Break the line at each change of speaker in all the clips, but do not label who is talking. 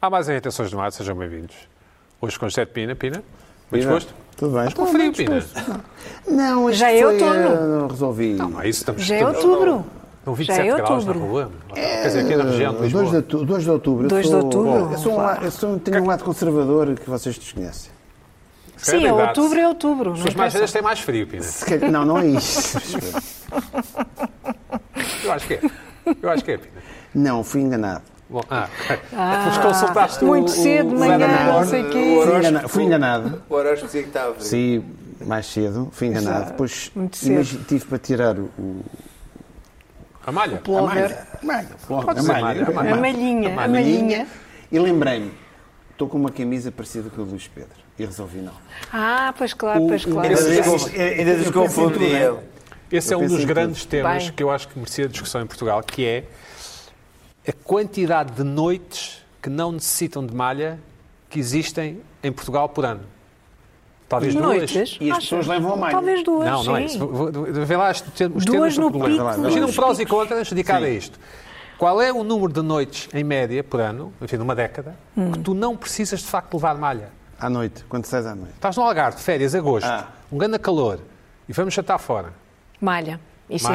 Há mais em retenções de mar, sejam bem-vindos. Hoje com José de Pina. Pina, bem
Pina.
disposto?
Tudo bem?
Com frio, Pina.
Não, isto
Já é
foi,
outono.
eh, Não resolvi.
Ah, isso estamos,
Já é
estamos-
outubro.
Não
Já
27
é
graus na
outubro. É,
rua. Quer dizer, aqui na região de
2 de,
Lisboa.
outu- 2 de outubro. eu
2 de
sou-
outubro?
Bom, eu, sou um la- eu sou- tenho um lado conservador que vocês desconhecem.
calhar
Sim, é
da idade.
outubro, é outubro.
As
Não
pessoas mais
interessa.
velhas têm mais frio, Pina.
Se calhar- Não, não é isso.
Eu acho que é. Eu acho que é, Pina.
Não, fui enganado.
Bom, ah, ok. É que nos consultaste o-
muito
o-
cedo de
o
manhã,
Weatherboard.
não sei o quê.
Fui enganado. Fui enganado.
O horóscopo dizia que está a frio.
Sim, mais cedo. Fui enganado. Depois
muito cedo.
imagi- tive para tirar o. o-
A É malha?
Pullover.
Pode
dizer malha, a
A malhinha, a malhinha.
E lembrei-me, estou com uma camisa parecida com a do Luís Pedro. E resolvi não.
Ah, pois claro, pois claro.
esse-
Ainda
Desculpa.
des- Ainda
Eu
nos
pensei tudo,
confundiam.
Esse
Eu
é um
penso
dos
em
grandes temas
Bem.
que eu acho que merecia discussão em Portugal, que é a quantidade de noites que não necessitam de malha que existem em Portugal por ano. Talvez duas.
Noites.
E as
acho-
pessoas levam a malha.
Talvez duas,
Não, não é
sim.
isso. Vou- vou- Vê lá os termos, os termos
Duas
do
no
problema.
pico.
Imagina um
Duas
prós e contras dedicado a isto. Qual é o número de noites, em média, por ano, enfim, numa década,
Hum.
que tu não precisas, de facto, levar malha?
À noite, quando sais à noite.
Estás no Algarve, de férias, agosto,
Ah.
um grande calor, e vamos jantar fora.
Malha,
Malha,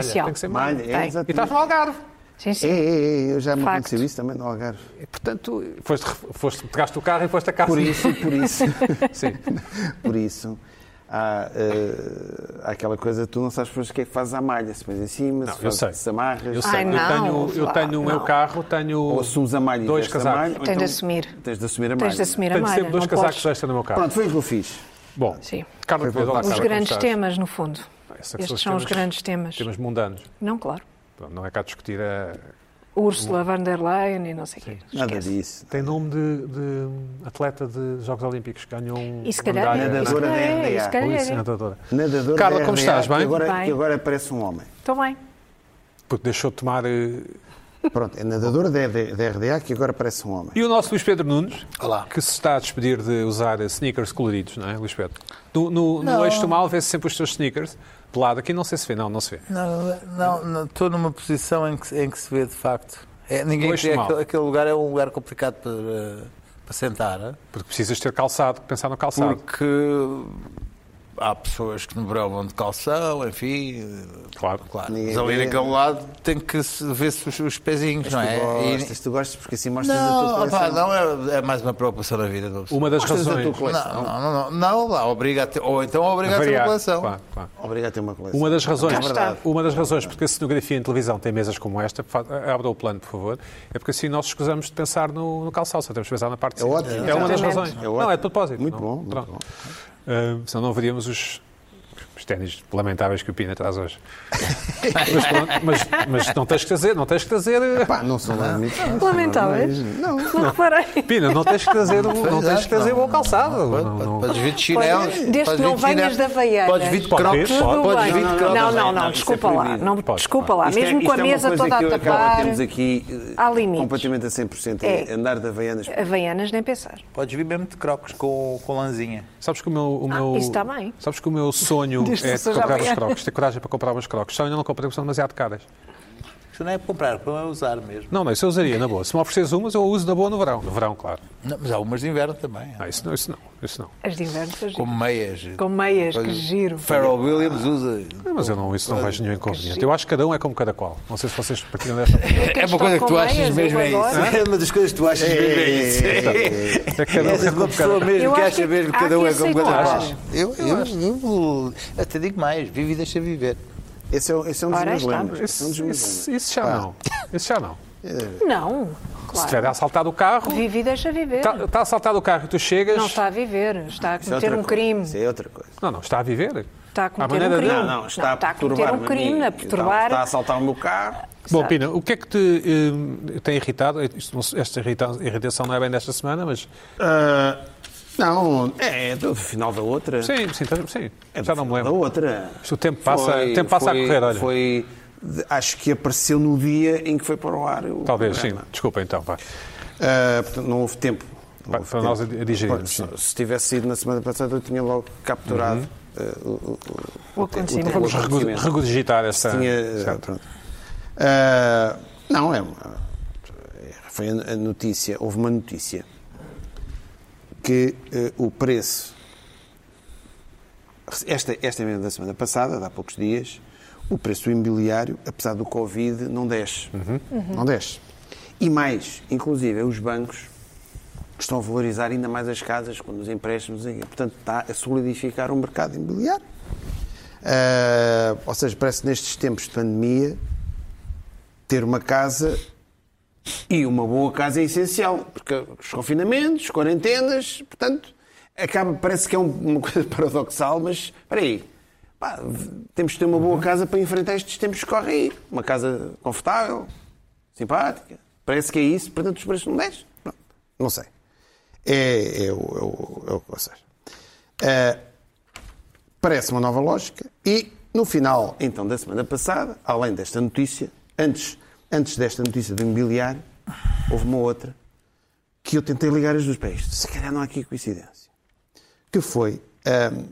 essencial.
tem que ser malha.
Malha, é
Tem.
E estás
exatamente.
no Algarve.
Sim,
É,
sim.
é, é, eu já me
Facto.
aconteceu isso também no Algarve.
E, portanto, foste, foste, pegaste o carro e foste a casa.
É, Por isso, por isso,
Sim.
por isso. Há, eh, há aquela coisa, tu não sabes depois o que é que fazes à malha, se pões em cima,
Não,
se,
eu
fazes,
sei.
se amarras,
Eu
se-
sei.
Ai,
eu
não,
tenho, eu
vá,
tenho o meu
não.
carro, tenho
ou assumes a malha e
dois
vestes a
casacos.
malha, ou
Tens de
então
assumir.
Tens de assumir a malha.
Tens de assumir a
Tenho
malha.
sempre dois
não
casacos
podes.
extra no meu carro.
Pronto, foi o que eu fiz.
Bom,
Sim.
Carlos Quevedo, olá,
Os
Carla,
grandes
como estás?
temas, no fundo.
Esses É são
Estes
os
são os
temas-
grandes temas.
Temas mundanos.
Não, claro.
Pronto, Não é cá discutir a...
Ursula von der Leyen e não sei o quê.
Nada
Esquece.
disso.
Tem nome de, de atleta de Jogos Olímpicos. Ganhou um
E se calhar
medalha.
é. E se
Nadadora
calhar
da
é. e se
RDA.
calhar
Ui,
é.
sim, nadadora.
Nadador
Carla,
da
como
RDA,
estás?
que
Bem?
Agora,
Bem.
Que agora parece um homem.
Estou bem.
Porque deixou de tomar... eh,
Pronto, é nadador da, da RDA que agora parece um homem.
E o nosso Luís Pedro Nunes,
Olá.
que se está a despedir de usar sneakers coloridos, não é, Luís Pedro? No, no, no eixo do mal vê-se sempre os seus sneakers de lado. Aqui não sei se vê, não, não se vê.
Não, não, não, estou numa posição em que, em que se vê de facto. É, ninguém
Pois
quer-
mal.
aquele, aquele lugar é um lugar complicado para, para sentar. eh?
Porque precisas ter calçado, pensar no calçado.
Porque há pessoas que não provam de calção, enfim.
Claro.
Claro.
Ninguém
Mas ali
vê.
naquele lado tem que se- ver-se os, os pezinhos, não é?
Tu
E-
gostas, tu gostas porque assim mostras a tua
Não,
coleção.
opá, não é, é mais uma preocupação na vida do
Uma das
Mostras a
razões.
tua coleção.
Não, não, não, não, não, lá, obriga a ter, ou então obriga a ter uma
Variar,
coleção.
claro, claro.
Obrigado a ter uma coleção.
Uma das
É
razões,
verdade.
uma das razões porque a cenografia em televisão tem mesas como esta, fa- abra o plano, por favor, é porque assim nós escusamos de pensar no, no calçado, só temos de pensar na parte de
É
cima.
ótimo.
É uma das
Exatamente.
razões.
É
não,
ótimo.
é de propósito.
Muito
não.
bom, muito
Pronto.
bom.
Ah, senão não veríamos os, os ténis lamentáveis que o Pina traz hoje. mas, pronto, mas- mas não tens que trazer, não tens que trazer.
Pá, Ah, não são lá muito.
Lamentáveis. Não, reparei.
Pina, não tens que trazer, o- não tens que trazer
não.
bom calçado. é. Não, não.
Podes vir de chinelos.
Podes- desde
podes
que não
vir de
venhas
chinelos,
de Havaianas.
Podes vir de
Pode
crocs.
vir,
Tudo
Podes vir
bem.
de
Não,
crocs.
não, não,
não, isso é
desculpa lá.
proibido.
Não,
Pode,
desculpa lá.
Isto é-
Mesmo
isto
com a
é uma
mesa
coisa
toda
que eu e
a
Carla
tapar.
Temos aqui eh,
Há limites.
completamente a 100%.
É.
É. Andar de Havaianas.
Havaianas, nem pensar.
Podes vir mesmo de crocs com, com lãzinha.
Sabes que o meu, o meu-
Ah, isso está bem.
Sabes que o meu sonho
Desde que
é
seja
comprar
amanhã.
uns crocs, ter coragem para comprar uns crocs. Só ainda não comprei porque são demasiado caras.
Isto não é para comprar, para usar mesmo.
Não, não, isso eu usaria na boa. Se me ofereceres umas, eu uso na boa no verão. No verão, claro.
Não, mas há umas de inverno também. há.
Ah, isso não, isso não, isso não.
As de inverno, as de-
Com meias.
com meias, que
Coisas-
giro.
Pharrell Williams usa.
Ah, Mas eu não, isso não vejo nenhum inconveniente. Eu acho que cada um é como cada qual. Não sei se vocês partilham desta opinião.
É uma coisa que tu achas mesmo é isso. É uma das coisas que tu achas mesmo é isso.
É que cada um é
És uma
como cada
pessoa
qual.
mesmo
Eu
que
acho
acha
que
mesmo que
há
cada um
que
é como cada
aceitar.
qual. Eu, eu, eu até digo mais, vive e deixa viver.
Esse é, o- esse é um dos
Ora,
meus
está.
lemas. Esse é um dos
Isso,
meus
isso-
né?
isso já não. Isso já não.
é?
Não,
Se
claro.
tiver assaltado o carro, tá,
Vive e deixa viver.
está está assaltado o carro e tu chegas.
Não tá. está a viver, está a
Tá, Isso é
cometer
outra
um
coisa.
crime.
Isso é outra coisa.
Não, não, está a viver.
Está a cometer
À maneira
um crime.
dele.
Não, não, está,
Não,
a
está a cometer
perturbar.
um crime, a perturbar.
Está, a assaltar o meu carro.
Bom, Pina, o que é que te eh, tem irritado? Isto não- Esta irrita- irritação não é bem desta semana, mas.
Ah, não, é do final da outra.
Sim, sim, tá- sim.
É do
já não me
final Da
lembro.
outra.
Isto o tempo passa- o tempo passa a correr, olha.
Foi, de- acho que apareceu no dia em que foi para o ar. o
Talvez, sim.
programa.
Desculpa então, vá.
Ah, portanto, não houve tempo. Não
Para-
houve
para nós a digerirmos,
Se, se tivesse sido na semana passada, eu tinha logo capturado
Uhum.
ah, o- o-
O um acontecimento.
tempo.
Vamos regu-
acontecimento.
regurgitar essa.
Tinha-
certo.
pronto. Ah, não, é uma- é- Foi a notícia. Houve uma notícia que eh, o preço. Esta, esta emenda da semana passada, de há poucos dias, o preço do imobiliário, apesar do Covid, não desce. Não desce. E mais, inclusive, é os bancos estão a valorizar ainda mais as casas com os empréstimos. e, Portanto, está a solidificar o mercado imobiliário. Ah, ou seja, parece que nestes tempos de pandemia, ter uma casa e uma boa casa é essencial, porque os confinamentos, quarentenas, portanto, acaba, parece que é um- uma coisa paradoxal, mas espera aí, pá, v- temos de ter uma boa casa para enfrentar estes tempos que correm aí. Uma casa confortável, simpática, parece que é isso, portanto os preços não descem. Pronto, Não sei. É, é, o- é, o- é o que vocês. Ah, Parece uma nova lógica. E no final, então, da semana passada, além desta notícia, antes, antes desta notícia do imobiliário, houve uma outra que eu tentei ligar as duas pés. Se calhar não há aqui coincidência. Que foi ahm,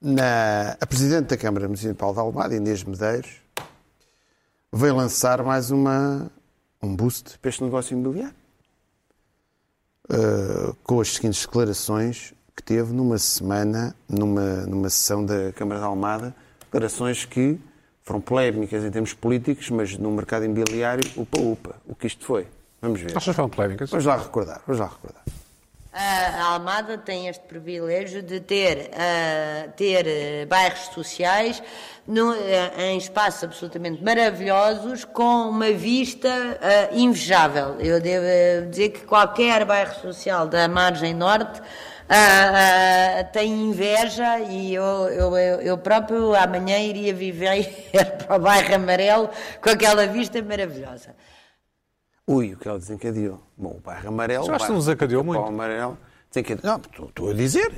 na, a Presidente da Câmara Municipal de Almada, Inês Medeiros, veio lançar mais uma, um boost para este negócio imobiliário. Uh, com as seguintes declarações que teve numa semana, numa, numa sessão da Câmara de Almada, declarações que foram polémicas em termos políticos, mas no mercado imobiliário, upa-upa, o que isto foi. Vamos ver.
Achas que foram polémicas?
Vamos lá recordar, vamos lá recordar.
A Almada tem este privilégio de ter, ah, ter eh, bairros sociais no- eh, em espaços absolutamente maravilhosos, com uma vista ah, invejável. Eu devo eh, dizer que qualquer bairro social da margem norte ah, ah, tem inveja e eu, eu, eu eu próprio amanhã iria viver para o bairro amarelo com aquela vista maravilhosa.
Ui, o que ela desencadeou. Bom, o bairro amarelo.
Mas eu acho que
o
não desencadeou
bairro
muito.
amarelo desencadeou. Não, estou- estou a dizer.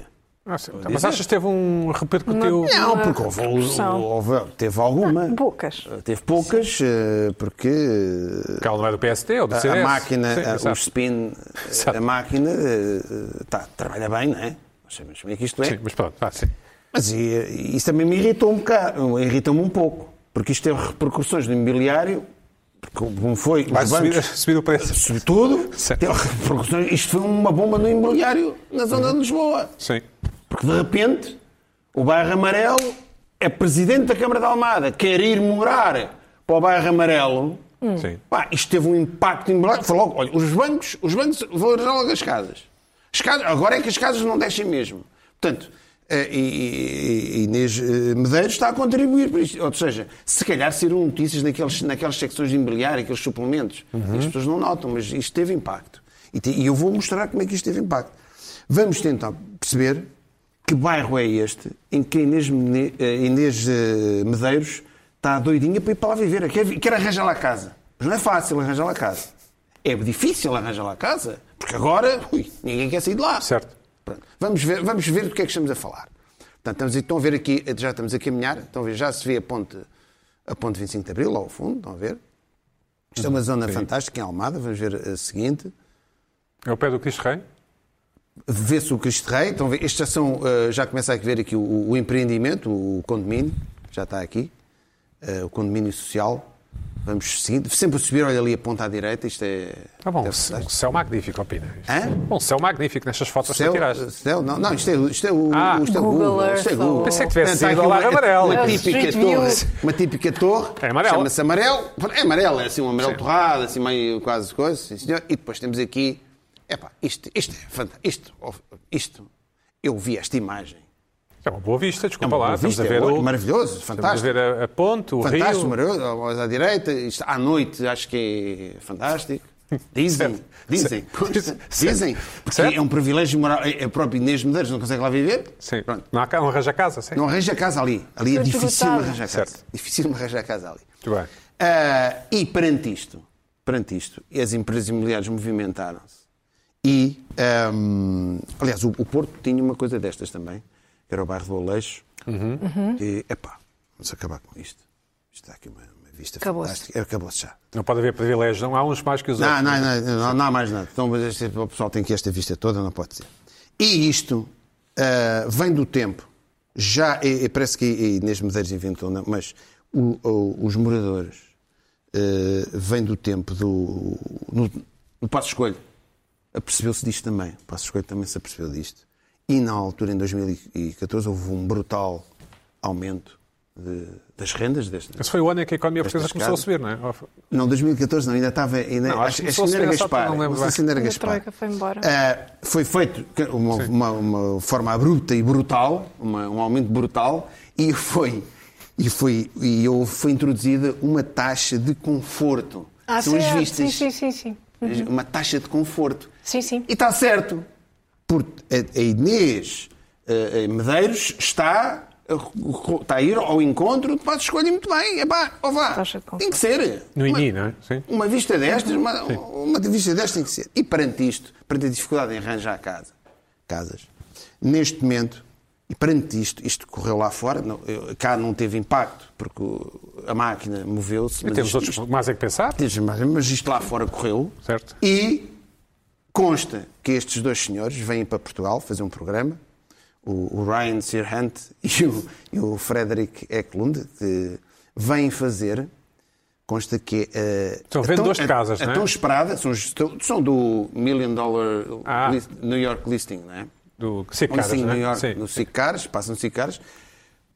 Ah, sim. Mas achas que teve um repercutiu?
Não, porque Ah, houve,
repercussão.
houve- teve alguma.
Poucas.
Teve poucas, eh, porque eh,
Porque ela não é do PSD ou do
A-
CDS.
a máquina,
Sim,
a- o
exato.
spin,
Exato.
a máquina eh, tá, trabalha bem, não é? Nós sabemos bem que isto é.
Sim, mas pronto, ah, sim.
Mas e, e isso também me irritou um bocado, irritou-me um pouco, porque isto teve repercussões no imobiliário, porque como foi, os
Vai subir,
bancos,
subir o preço.
sobretudo,
Certo.
teve repercussões, isto foi uma bomba no imobiliário na zona de Lisboa.
Sim.
Porque de repente o bairro amarelo é presidente da Câmara de Almada, quer ir morar para o bairro amarelo.
Sim.
Pá, isto teve um impacto emblemático. Foi logo, olha, os bancos, os bancos valorizaram logo as casas. As casas- Agora é que as casas não deixem mesmo. Portanto, eh, e, e- e Inês eh, Medeiros está a contribuir para isto. Ou seja, se calhar saíram notícias naqueles, naquelas secções de imobiliário, aqueles suplementos. As pessoas não notam, mas isto teve impacto. E, te- e eu vou mostrar como é que isto teve impacto. Vamos tentar perceber que bairro é este em que a Inês, Mene- eh, Inês eh, Medeiros está doidinha para ir para lá viver. Quer, vi- quer arranjar lá casa. Mas não é fácil arranjar lá casa. É difícil arranjar lá casa. Porque agora ui, ninguém quer sair de lá.
Certo.
Pronto. Vamos ver, vamos ver do que é que estamos a falar. Portanto, estamos, estão a ver aqui, já estamos a caminhar, estão a ver, já se vê a ponte, a ponte 25 de Abril, lá ao fundo, estão a ver. Isto é uma zona fantástica em Almada, vamos ver a seguinte.
É o pé do Cristo Rei?
Vê-se o Cristo Rei, estão a ver, estes já são, eh, já começa a ver aqui o, o empreendimento, o condomínio, já está aqui, eh, o condomínio social. Vamos seguindo, sempre a subir, olha ali a ponta à direita, isto é...
Tá bom,
é
um céu magnífico, opina.
Hã?
Um céu magnífico nestas fotos que
Céu,
tiraste.
céu, não, não, isto é, isto é o
Ah,
isto é o
Google
Google.
Earth
Isto é
ou-
Google.
Pensei que tivesse
Portanto, há
sido
aqui
lá amarelo.
Uma
É o
típica
Street View.
torre. Uma típica torre.
É amarelo.
Chama-se amarelo. É amarelo, é assim um amarelo torrado, assim meio quase coisa, sim senhor. E depois temos aqui. Epá, isto, isto é fantástico. Isto, isto, eu vi esta imagem.
É uma boa vista, desculpa
uma
lá.
boa
Estamos
vista,
a ver
é
o...
ótimo, maravilhoso,
Estamos a
fantástico.
ver a, a ponte, o
Fantástico,
rio.
maravilhoso. Aos à direita, isto, à noite, acho que é fantástico. Dizem, dizem,
Certo.
dizem. Porque
Certo.
é um privilégio morar. É é próprio Inês Medeiros, não consegue lá viver?
Sim.
Pronto.
Não, há, ca- não arranja casa, sim.
Não arranja casa ali. Ali é
Estou
difícil
esgotada.
arranjar casa.
Certo.
Difícil arranjar casa ali.
Muito bem.
Ah, e perante isto, perante isto, as empresas imobiliárias movimentaram-se. E, ahm, aliás, o, o Porto tinha uma coisa destas também, que era o bairro do Aleixo. E, epá, vamos acabar com isto. Isto está aqui uma, uma vista
Acabou-se.
fantástica. Acabou-se já.
Não pode haver privilégios, não há uns mais que os
Não,
outros.
não, não, não, não há mais nada. Então, mas este- o pessoal tem que esta vista toda, não pode ser. E isto ah, vem do tempo. Já, e, e parece que a Inês Medeiros inventou, não, mas o- o- os moradores ah, vêm do tempo do. No, no Passo Escolho. apercebeu-se disto também. O Passos Coelho também se apercebeu disto. E na altura, em 2014, houve um brutal aumento de- das rendas deste,
Esse foi o ano em que a economia portuguesa
Estas
começou a
casas.
subir, não é?
não, 2014 não, ainda estava. Ainda,
Não, acho que
ainda
começou a
era
ser essa altura,
Gaspar.
não lembro
sei se ainda era
Quando a
Gaspar.
Troika foi embora.
Ah, foi feito que- uma, uma, uma forma abrupta e brutal, uma- um aumento brutal, e foi, e foi, e eu- foi introduzida uma taxa de conforto.
Ah,
São
sim,
as
é.
vistas. eh,
Sim, sim, sim, sim.
Uma taxa de conforto.
Sim, sim.
E está certo. Porque a, a Inês eh, eh, Medeiros está a, recu- está a ir ao encontro de Passos Escolha muito bem. Epá, ó vá,
Taxa de conforto.
tem que ser.
No
Uma-
INI, não é? Sim.
uma vista destas, uma, uma vista destas tem que ser. E perante isto, perante a dificuldade em arranjar casa, casas, neste momento, e perante isto, isto correu lá fora, não- eu- cá não teve impacto, porque o- a máquina moveu-se.
E
mas
temos
isto-
outros mais a que pensar.
Diz, mas, mas isto lá fora correu.
Certo.
E consta que estes dois senhores vêm para Portugal fazer um programa, o, o Ryan Sirhunt e o, e o Frederick Eklund, que vêm fazer. Consta que é.
São vendedores de casas,
a,
não é?
tão esperada, são, os- são do Million Dollar
Ah.
list- New York Listing, não é?
Do SIC
Onde
Caras,
sim,
não é?
New York,
Sim.
no SIC Caras, passam no SIC Caras.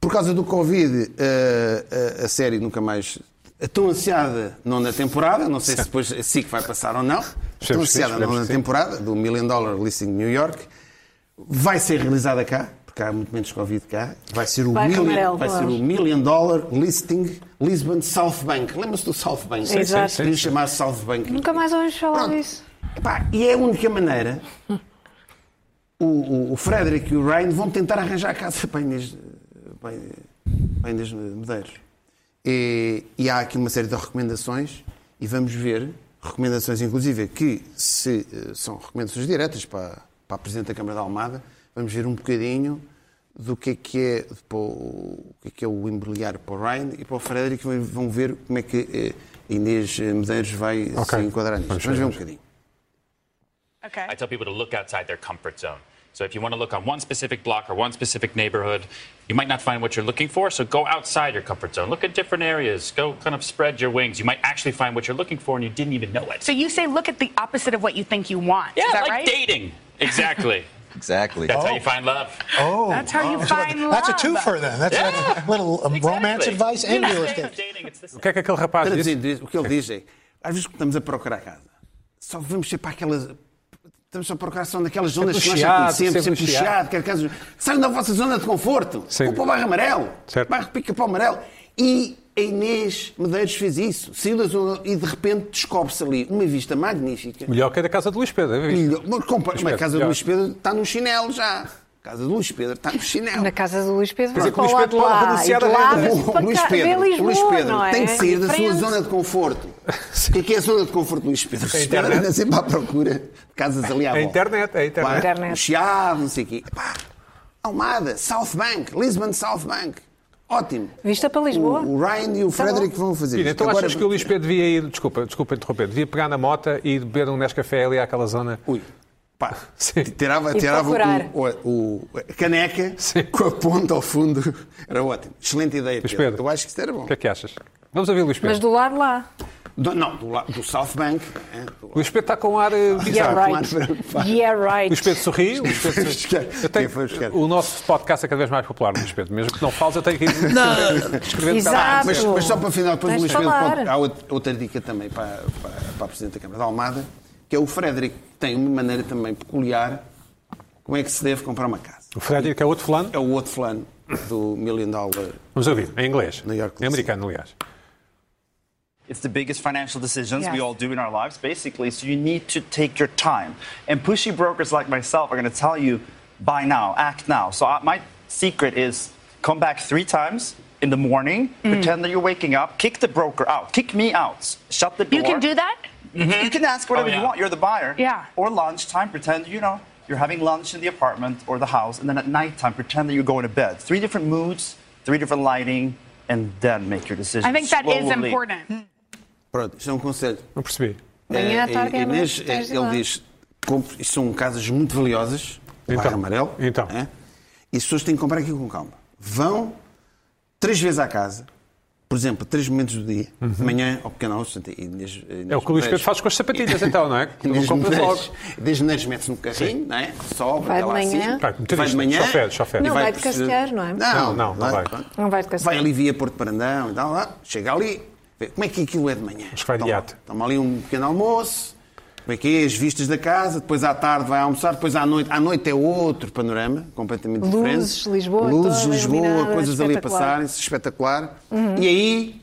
Por causa do Covid, eh, a, a série nunca mais. A tão ansiada nona temporada, não sei se depois a SIC vai passar ou não. A tão
que sim,
ansiada
esperemos
nona
que sim.
temporada do Million Dollar Listing de New York vai ser realizada cá, porque há muito menos Covid cá. Vai ser o,
Vai com
million,
amarelo,
vai ser
claro.
o million Dollar Listing Lisbon South Bank. Lembra-se do South Bank?
Sim, Exato.
sim, sim,
Queria
sim.
chamar-se South Bank.
Nunca mais ouvimos falar
Pronto.
disso.
Epá, e é a única maneira. O, o, o Frederick e o Ryan vão tentar arranjar a casa para a Inês, para a- para a Inês Medeiros. E, e há aqui uma série de recomendações e vamos ver, recomendações inclusive que se, eh, são recomendações diretas para, para a Presidente da Câmara da Almada, vamos ver um bocadinho do que é que é, para o, o que é, que é o imobiliário para o Ryan e para o Frederick vão- vão ver como é que eh, a Inês Medeiros vai
Ok.
se enquadrar nisto.
Vamos
Vamos ver um
ver.
bocadinho.
Ok.
I tell people to look outside their comfort zone. So if you want to look on one specific block or one specific neighborhood, you might not find what you're looking for. So go outside your comfort zone. Look at different areas. Go kind of spread your wings. You might actually find what you're looking for and you didn't even know it.
So you say look at the opposite of what you think you want.
yeah,
Is that
like
right?
dating. Exactly.
Exactly.
That's
Oh.
how you find love.
That's how you find love.
That's a twofer then. That's
Yeah.
a little um,
Exactly.
romance advice and real estate.
Dating, it's the same.
O que é que aquele rapaz disse?
Traduzindo isso, o que ele diz é, às vezes que estamos a procurar casa, só vamos sempre para aquelas. Estamos só a procurar só naquelas zonas
Sempre
que nós já
chiado,
conhecemos, sempre,
sempre
sempre
chiado.
chiado, quer casas. Saiam da vossa zona de conforto.
Sim.
Vão para o bairro amarelo.
Certo.
Bairro pica para o amarelo. E a Inês Medeiros fez isso. Saiu da zona e de repente descobre-se ali uma vista magnífica.
Melhor que a da casa de Luís Pedro. é visto?
Melhor- Mas, compara-
Luís
mas a
Pedro,
casa do
melhor.
Luís Pedro está num chinelo já. A casa do Luís Pedro está num chinelo.
Na casa do Luís Pedro,
dizer,
vai
que
para
Luís
o lado
Pedro
de
pode
lá. E
renunciar
de
a
lá
vender.
vê-se
O
para
Luís
cá- vê
Pedro,
Lisboa,
o Luís Pedro
não é?
tem que sair da sua
Frente.
zona de conforto. O que é que é a zona de conforto, Luís Pedro? Luís Pedro anda sempre à procura de casas ali à
É
volta.
internet, é internet.
Pá,
Internet.
o Chiado, não sei o quê. Pá, Almada, South Bank, Lisbon South Bank. Ótimo.
Vista para Lisboa.
O, o Ryan e o
Tá
Frederick
bom.
vão fazer
Pina,
isto.
então
Agora-
achas que o Luís Pedro devia ir, desculpa, desculpa interromper, devia pegar na mota e beber um Nescafé ali àquela zona?
Ui, pá,
Sim.
tirava,
E
tirava
procurar.
o, o- o- a caneca
Sim.
com a ponta ao fundo. Era ótimo. Excelente ideia,
Luís
Pedro.
Pedro.
Eu acho que isto era bom.
O que é que achas? Vamos ouvir o Luís Pedro.
Mas do lado lá.
Do- não, do, la- do South Bank. hein, do
O Luís Pedro está com um ar eh, bizarro.
Yeah,
Claro,
right.
claro.
Yeah,
O
right.
Luís Pedro sorri. o Luís Pedro
Foi
sorri.
buscar.
Eu
Quem foi buscar?
tenho... O nosso podcast é cada vez mais popular, Luís Pedro. Mesmo que não fales, eu tenho que ir escrever
Exato.
Mas, mas só para final, depois
Tens
do Luís
de
Pedro,
falar.
pronto, há out- outra dica também para, para, para a Presidente da Câmara da Almada, que é o Frederico, que tem uma maneira também peculiar como é que se deve comprar uma casa.
O Frederick é outro fulano.
É o outro fulano do Million Dollar.
Vamos ouvir, em inglês.
New York,
Em americano, aliás.
It's the biggest financial decisions we
Yes.
all do in our lives, basically. So you need to take your time. And pushy brokers like myself are going to tell you, buy now, act now. So I, my secret is come back three times in the morning,
Mm.
pretend that you're waking up, kick the broker out, kick me out, shut the door.
You can do that?
You can ask
Oh,
whatever
yeah.
you want. You're the buyer.
Yeah.
Or lunchtime, pretend you know you're having lunch in the apartment or the house, and then at nighttime, pretend that you're going to bed. Three different moods, three different lighting, and then make your decision.
I think that is
slowly.
important.
Pronto, isto é um conselho.
Não percebi.
Manhã, à tarde,
Eh,
à
Inês,
noite, tens de
ele
lá.
diz, compre- isto são casas muito valiosas, o
Então,
bairro amarelo.
então.
né? E as pessoas têm que comprar aqui com calma. Vão três vezes à casa, por exemplo, três momentos do dia, de manhã ao pequeno almoço. portanto, e Inês- Inês
Uhum. É o que o Luís
Medeiros-
Pedro faz com as sapatilhas, então, não é? Que não
Inês
compras logo.
Medeiros- Inês Medeiros mete-se no carrinho, não é? sobe,
Vai
até
de
lá
manhã.
acima,
Vai, muito
vai
triste.
de manhã.
Só fede, só fede.
e
Não
vai de
por-
Castelhano, não é?
Não,
Não, não vai.
Não vai de
Vai
Castelhano.
ali via Porto Brandão e tal, lá, chega ali, vê como é que aquilo é de manhã.
Acho que vai de
Toma-
iate.
Toma ali um pequeno almoço, como é que é, as vistas da casa, depois à tarde vai almoçar, depois à noite. À noite é outro panorama, completamente
Luzes,
diferente.
Lisboa
Luzes,
toda
Lisboa,
iluminada, é
coisas ali a
espetacular. Uhum.
passarem-se, espetacular. E aí,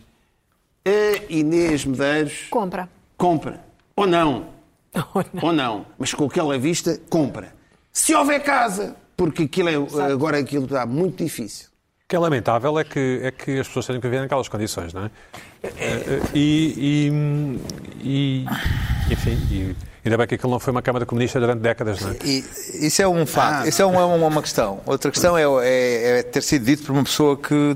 a Inês Medeiros
Compra.
compra. Ou não. Ou não. Mas com aquela vista, compra. Se houver casa, porque aquilo é, agora aquilo está muito difícil.
O que é lamentável é que, é que as pessoas têm que viver naquelas condições, não é? Eh, E, e- e- enfim, e ainda bem que aquilo não foi uma Câmara Comunista durante décadas, não é?
E isso é um fato,
Ah.
isso é uma, uma, uma questão. Outra questão é, é- é ter sido dito por uma pessoa que,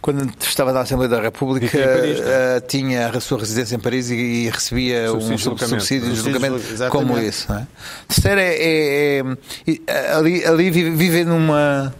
quando estava na Assembleia da República,
Vivia em Paris, não é?
eh, tinha a sua residência em Paris e, e recebia
Subsídios
um
de
sub-
deslocamento.
subsídio
Subsídios
de
de-
deslocamento
exatamente.
como esse. Não é? Terceiro é, é- é- ali, ali vi- viver numa.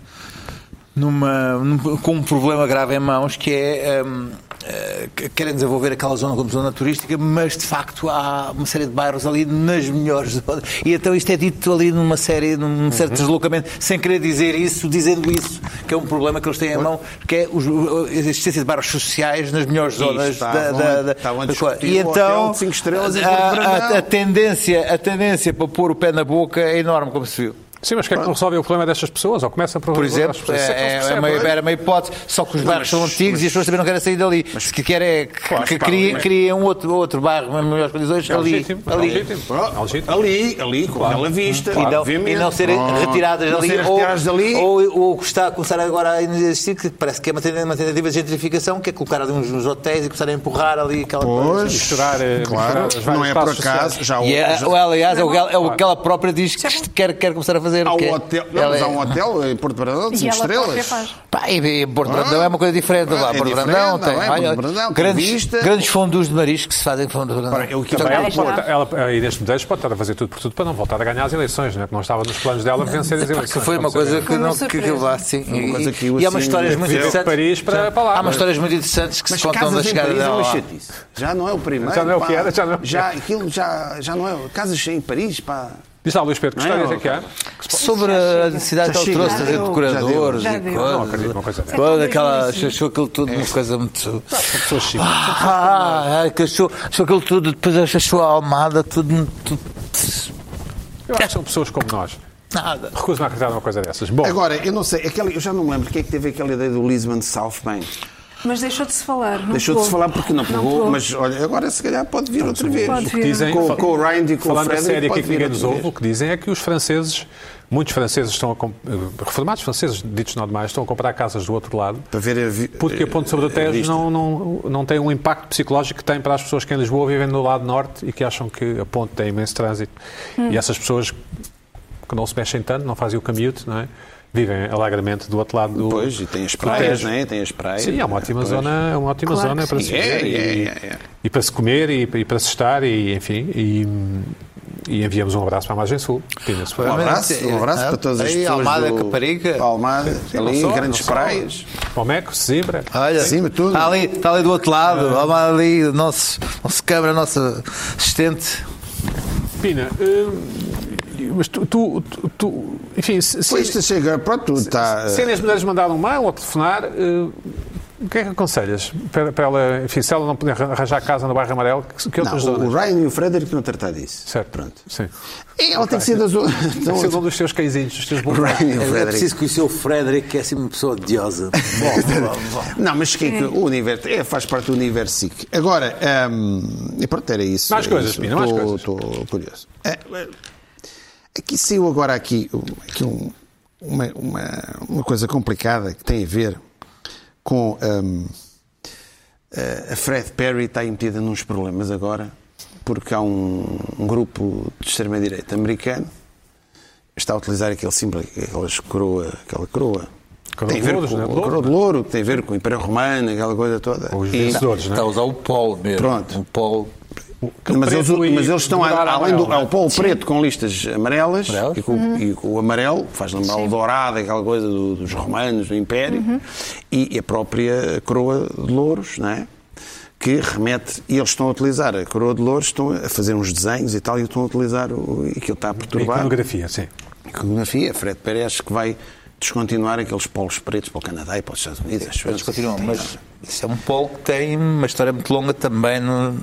Numa, num- com um problema grave em mãos que é hum, eh, que querem desenvolver aquela zona como zona turística, mas de facto há uma série de bairros ali nas melhores zonas. E então isto é dito ali numa série, num
Uhum.
certo deslocamento, sem querer dizer isso, dizendo isso, que é um problema que eles têm em mão, que é os- a existência de bairros sociais nas melhores zonas
estavam-
da, da, da,
estavam a
da coisa.
discutir
E
o hotel
então
de cinco estrelas em
a,
Porto Brandão.
a, a tendência, a tendência para pôr o pé na boca é enorme, como se viu.
Sim, mas o que é que não resolve o problema destas pessoas? Ou começa por
Por exemplo,
as pessoas? Isso que não se
é, é,
percebe,
uma,
não é?
era uma hipótese, só que os bairros são antigos e as pessoas também não querem sair dali. Mas se que querem é que, que
pá,
criem,
mas- um
criem um outro, outro bairro nas melhores condições
É
ali.
legítimo, é
ali.
legítimo. É legítimo.
Ali, ali, com aquela vista.
E não,
obviamente.
e não serem
Ah,
Pronto.
retiradas
Não
dali,
serem
ou,
retiradas dali.
ou- ou o que está a começar agora a existir, que parece que é uma tentativa, uma tentativa de gentrificação, que é colocar ali uns, uns hotéis e começar a empurrar ali aquela coisa.
misturar, eh,
claro,
misturar as
não
várias
é por
classes
acaso,
sociais.
já o
E é,
já-
ou, aliás, é o, que ela- é o que ela própria diz
é
que quer, quer começar a fazer.
há
que
um
é-
hotel, não,
ela
mas há
é-
um hotel em Porto Brandão de
E
5
ela própria
estrelas.
faz.
Pá, e, e Porto Brandão é uma coisa diferente.
Ah,
lá,
é
Porto
diferente,
Brandão tem
não é?
olha,
Porto Brandão, tem
grandes,
vista.
grandes fondus de marisco que se fazem com Porto Brandão.
Ora, eu aqui
Também
também
ela,
Vai
pode,
lá.
ela, a Inês Medeiros pode estar a fazer tudo por tudo para não voltar a ganhar as eleições, não é? Que não estava nos planos dela vencer as
Pá,
eleições.
que foi uma
como sabemos.
coisa que
Foi uma
não que, que
surpresa.
lá, sim.
Uma coisa que
E,
eu,
e há umas
assim,
histórias muito
de
interessantes.
Paris para- para lá.
Há umas histórias muito interessantes que
Mas
se contam da
casas em
chegada
Paris é
dela.
uma
lá.
chatice. Já não é o primeiro.
Já não é o
pá.
que era, já não é o que
já,
era.
Aquilo já, já não é. Casas em Paris, pá.
Diz lá, Luís Pedro, que
Não é?
histórias é que há?
ah, Sobre a necessidade que
Já
ele
chega.
trouxe de
Já
fazer
deu.
decoradores
Já
e
deu.
Não acredito numa coisa
coisas.
dessas.
Toda aquela. Achou aquilo
É
tudo uma coisa muito.
Pessoas chiques.
Ah, ah, que achou, achou aquilo tudo, depois achou a almada, tudo. tudo
Eu acho que são pessoas como nós.
nada.
Recuso-me a acreditar numa coisa dessas. Bom,
Agora, eu não sei, aquela, eu já não me lembro quem é que teve aquela ideia do Lisbon South Bank.
Mas deixou de se falar. Ah, não
Deixou de se
pegou.
falar porque não pegou,
pegou.
mas olha, agora se calhar pode vir outra vez.
Pode
o que
vir.
dizem,
Com- com o Ryan e com o
falando a
Frederick,
sério aqui
pode
que
vir
ninguém nos
outra
ouve,
vez.
o que dizem é que os franceses, muitos franceses estão a comp- eh, reformados franceses, ditos não demais, estão a comprar casas do outro lado,
Para ver a vi-
porque a Ponte sobre o
a
Tejo
vista.
não, não, não tem um impacto psicológico que tem para as pessoas que em Lisboa vivem no lado norte e que acham que a ponte tem imenso trânsito.
Hum.
E essas pessoas que não se mexem tanto, não fazem o commute, não é? Vivem alegremente do outro lado do.
Pois, e tem as
do
praias,
Tejo.
né? Tem as praias.
Sim, é uma ótima
Pois.
zona, é uma ótima
Claro
zona
que
para
sim.
se
É,
viver e,
é, é, é.
e para se comer e, e para se estar e enfim e, e enviamos um abraço para a Margem Sul. Pina, se for.
Um abraço, um abraço
Ah,
para todas as
aí,
pessoas.
Almada,
do...
Caparica.
Almada,
Não
ali,
só,
grandes
não só.
praias.
Palmeco, Zimbra.
Olha,
Acima de é assim, tudo. é?
Está ali, está ali do outro lado, lá ali, o nosso, nosso câmara, nosso assistente.
Pina, hum, mas tu, tu, tu- tu- enfim, se,
Pois isto
se,
chega, pronto, tá, está.
se a Inês Medeiros mandar um mail ou telefonar, hum, o que é que aconselhas? Para, para ela, enfim, se ela não puder arranjar casa no bairro amarelo, que, que
Não,
outras
o
zonas?
Ryan e o Frederick não tratar disso.
Certo,
Pronto.
Sim.
E ela tem que ser da zona.
Tem que ser um dos teus cãezinhos, dos teus
O
bons
Ryan e o
É,
Frederick.
preciso conhecer o Frederick, que é assim uma pessoa odiosa.
Não, mas que é que o universo. É, faz parte do universo SIC. Agora, hum, e pronto, era isso.
Mais
era
coisas,
isso.
Pina, mais
Tô-
coisas.
Estou curioso. É, é, aqui saiu agora aqui, um- aqui um- uma, uma, uma coisa complicada que tem a ver com. hum, a Fred Perry está aí metida nos problemas agora, porque há um, um grupo de extrema-direita americano está a utilizar aquele símbolo, aquelas coroa, aquela coroa.
Coroa
tem
de
a ver
louros,
com
né?
a
De louro,
coroa de louro, que tem a ver com o Império Romano, aquela coisa toda.
Os
E- Tá
vencedores, não é?
Está a usar o polo mesmo.
Pronto.
O polo.
que o
Mas eles,
preto e
mas eles estão a-
dourado
além do.
amarelo,
É
não
o
é?
pó preto com listas amarelas
Amarelas.
e, com, e com o amarelo, faz lembrar o dourado, aquela coisa do- dos romanos, do Império, e, e a própria coroa de louros, não é? Que remete. E eles estão a utilizar a coroa de louros, estão a fazer uns desenhos e tal, e estão a utilizar. O, e aquilo está a
A
perturbar.
Iconografia, sim.
Iconografia, Fred Pérez, que vai descontinuar aqueles polos pretos para o Canadá e para os Estados Unidos. acho eu.
Eles continuam, mas isso é um polo que tem uma história muito longa também no.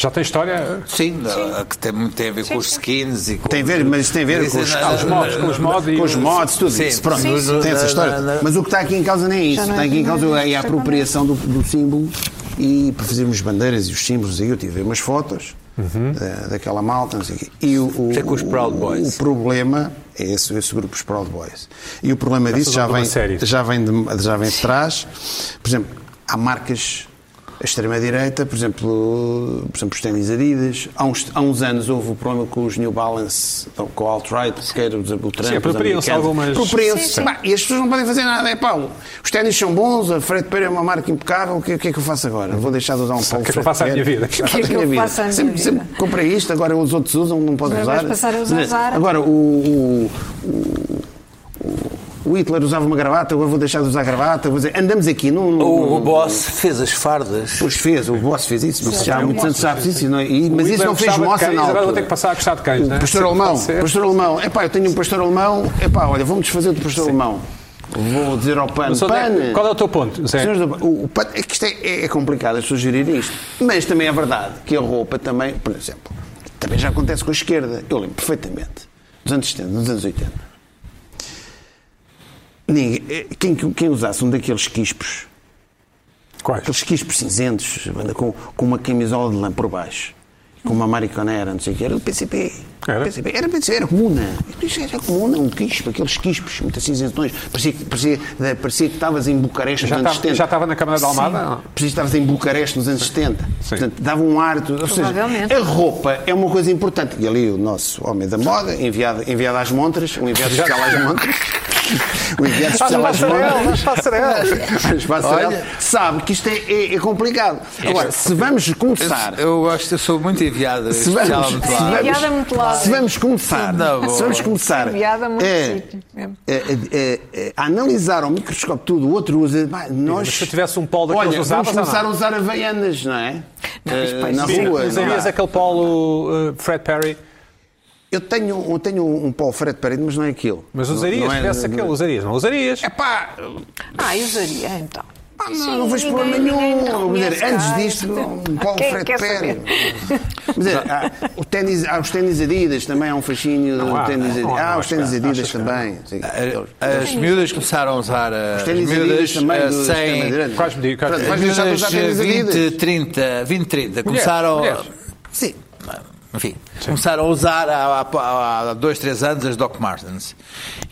Já tem história?
Sim, da- que tem, muito- tem a ver com os skins e com.
Tem a ver, mas tem a ver com os-
na-
os
mods, com os mods e-
Com os mods, tudo
Sim,
isso. Pronto,
sim, sim.
tem essa história.
Na- na-
Mas o que está aqui em causa nem é isso.
não é-
Está aqui em
não é-
causa é a
não é-
apropriação do, do símbolo e para fazermos bandeiras e os símbolos. E eu tive umas fotos da- daquela malta, não sei o quê. E o, o-
Uhum. Isso é com os Proud
o-
Boys.
O problema é esse, esse grupo, os Proud Boys. E o problema disso já
são de uma
vem,
série.
já vem, de, já vem de trás. Por exemplo, há marcas. A extrema-direita, por exemplo, por exemplo, os ténis Adidas. Há uns, há uns anos houve o problema com os New Balance, com o Alt-Right, porque era, por exemplo, o Trump.
Sim,
os
apropriam-se
americanos.
algumas-
Apropriam-se.
Sim, sim.
Pá, E as pessoas não podem fazer nada. É pá, os ténis são bons, a Fred Pereira é uma marca impecável, o que, o que é que eu faço agora? Vou deixar de usar um polo
que é que eu
Fred
faço à minha
Pereira?
vida?
O que é que
eu
eu
faço à minha
Sempre, sempre
vida?
comprei isto, agora os outros usam, não posso
Agora
usar.
vais passar a usar Zara.
Agora, o- o- o, o Hitler usava uma gravata, agora vou deixar de usar gravata. Vou dizer, andamos aqui num...
O, o boss fez as fardas.
Pois fez, o Boss fez isso, mas
é
já há muitos anos sabes isso, e não- é? e- mas
O
isso
Hitler
não fez
gostava de
moça
cães,
na
Agora vou ter
altura.
que passar a gostar de cães,
O
não é?
pastor
Sim,
alemão,
pode ser.
pastor alemão, epá, eu tenho um pastor alemão, epá, olha, vou-me desfazer do pastor alemão. Vou dizer ao PAN,
Mas onde é-
PAN...
qual é o teu ponto, Zé?
Senhores do PAN, o, o PAN é que isto é, é- é complicado as pessoas gerirem isto, mas também é verdade que a roupa também, por exemplo, também já acontece com a esquerda, eu lembro perfeitamente, nos anos 70, nos anos 80. Ninguém- eh, quem, quem usasse um daqueles quispos
Quais?
aqueles quispos cinzentos, anda com, com uma camisola de lã por baixo, com uma mariconera, não sei o que, era do PCP.
Era?
PCP, era PCP, era comuna. Isto Era comuna, um quispo, aqueles quispos, muitas cinzentões. Parecia, que- parecia, eh, parecia que estavas em Bucareste
Já
nos anos
estava-
70.
já estava na Câmara de Almada?
Sim. Parecia que estavas em Bucareste nos anos 70. Portanto, dava um ar. Ou seja,
Provavelmente.
a roupa é uma coisa importante. E ali o nosso homem da moda, enviado, enviado às montras, um enviado especial às montras. O enviado especial às montras. Mas Marcelo
Olha.
sabe que isto é, é- é complicado. Agora, se vamos começar.
Eu, eu gosto, eu sou muito enviado.
Se vamos,
especialmente
se
lá.
A piada é
vamos,
muito larga.
se vamos começar,
Não, boa.
se vamos começar
A piada é muito
é,
simples mesmo.
é, é, é, a analisar ao microscópio tudo, o outro usa. pá, nós,
Mas se eu tivesse um polo daqueles
olha,
usavas
vamos
ou não?
começar a usar havaianas, não é? Eh, na
Sim,
rua. não
Usarias
dá.
aquele polo uh, Fred Perry,
Eu tenho, eu tenho um pau Fred Parede, mas não é aquilo.
mas
Não-
usarias,
não é-
tivesse aquele, usarias, não É, usarias.
Epá,
Ah, eu usaria então.
pá, não, não vejo
Ninguém-
problema
ninguém
nenhum.
não
Quer dizer,
conhece
antes
cá.
disto, um Paulo
Quem
Fred
quer
Perry.
saber?
Quer dizer, há, o ténis, há os ténis Adidas também, há um fascínio
há,
do ténis
não há,
Adidas. Há
não
os
há,
ténis
acho que
Adidas
há.
também. sim.
As miúdas começaram a usar as
ténis
miúdas
Adidas também
eh,
do-
sem.
extrema-direita.
Quais me digas?
Pronto,
As
Vais deixar de
miúdas
usar ténis Adidas?
20, 30, 20, 30 começaram.
mulheres.
Sim. Enfim, começaram a usar há, há, há dois, três anos as Doc Martens.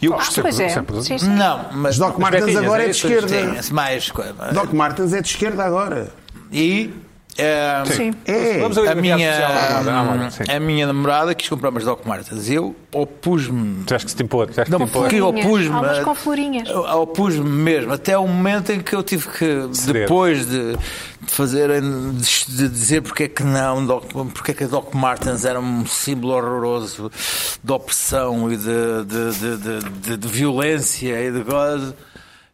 E eu gostei.
Pois é.
sempre-
Sim, sim.
Não, mas.
As Doc Martens
betinhas,
agora é
é
de
isso?
esquerda.
Sim, mais. co- eh,
Doc Martens é de esquerda agora.
E. eh,
Sim.
É.
Vamos abrir
A
uma piada
minha, eh,
especial à moda, à moda, Ah, sim.
a minha namorada quis comprar umas Doc Martens. Eu opus-me
Tiveste que se te impor, tiveste que
Não,
te impor.
porque
Florinhas.
opus-me.
Há umas com florinhas.
Eu- eu Opus-me mesmo, até o momento em que eu tive que,
Ceder.
depois de, de fazer, de, de dizer porque é que não, Doc- porque é que a Doc Martens era um símbolo horroroso de opressão e de, de, de, de- de- de violência e de gozo.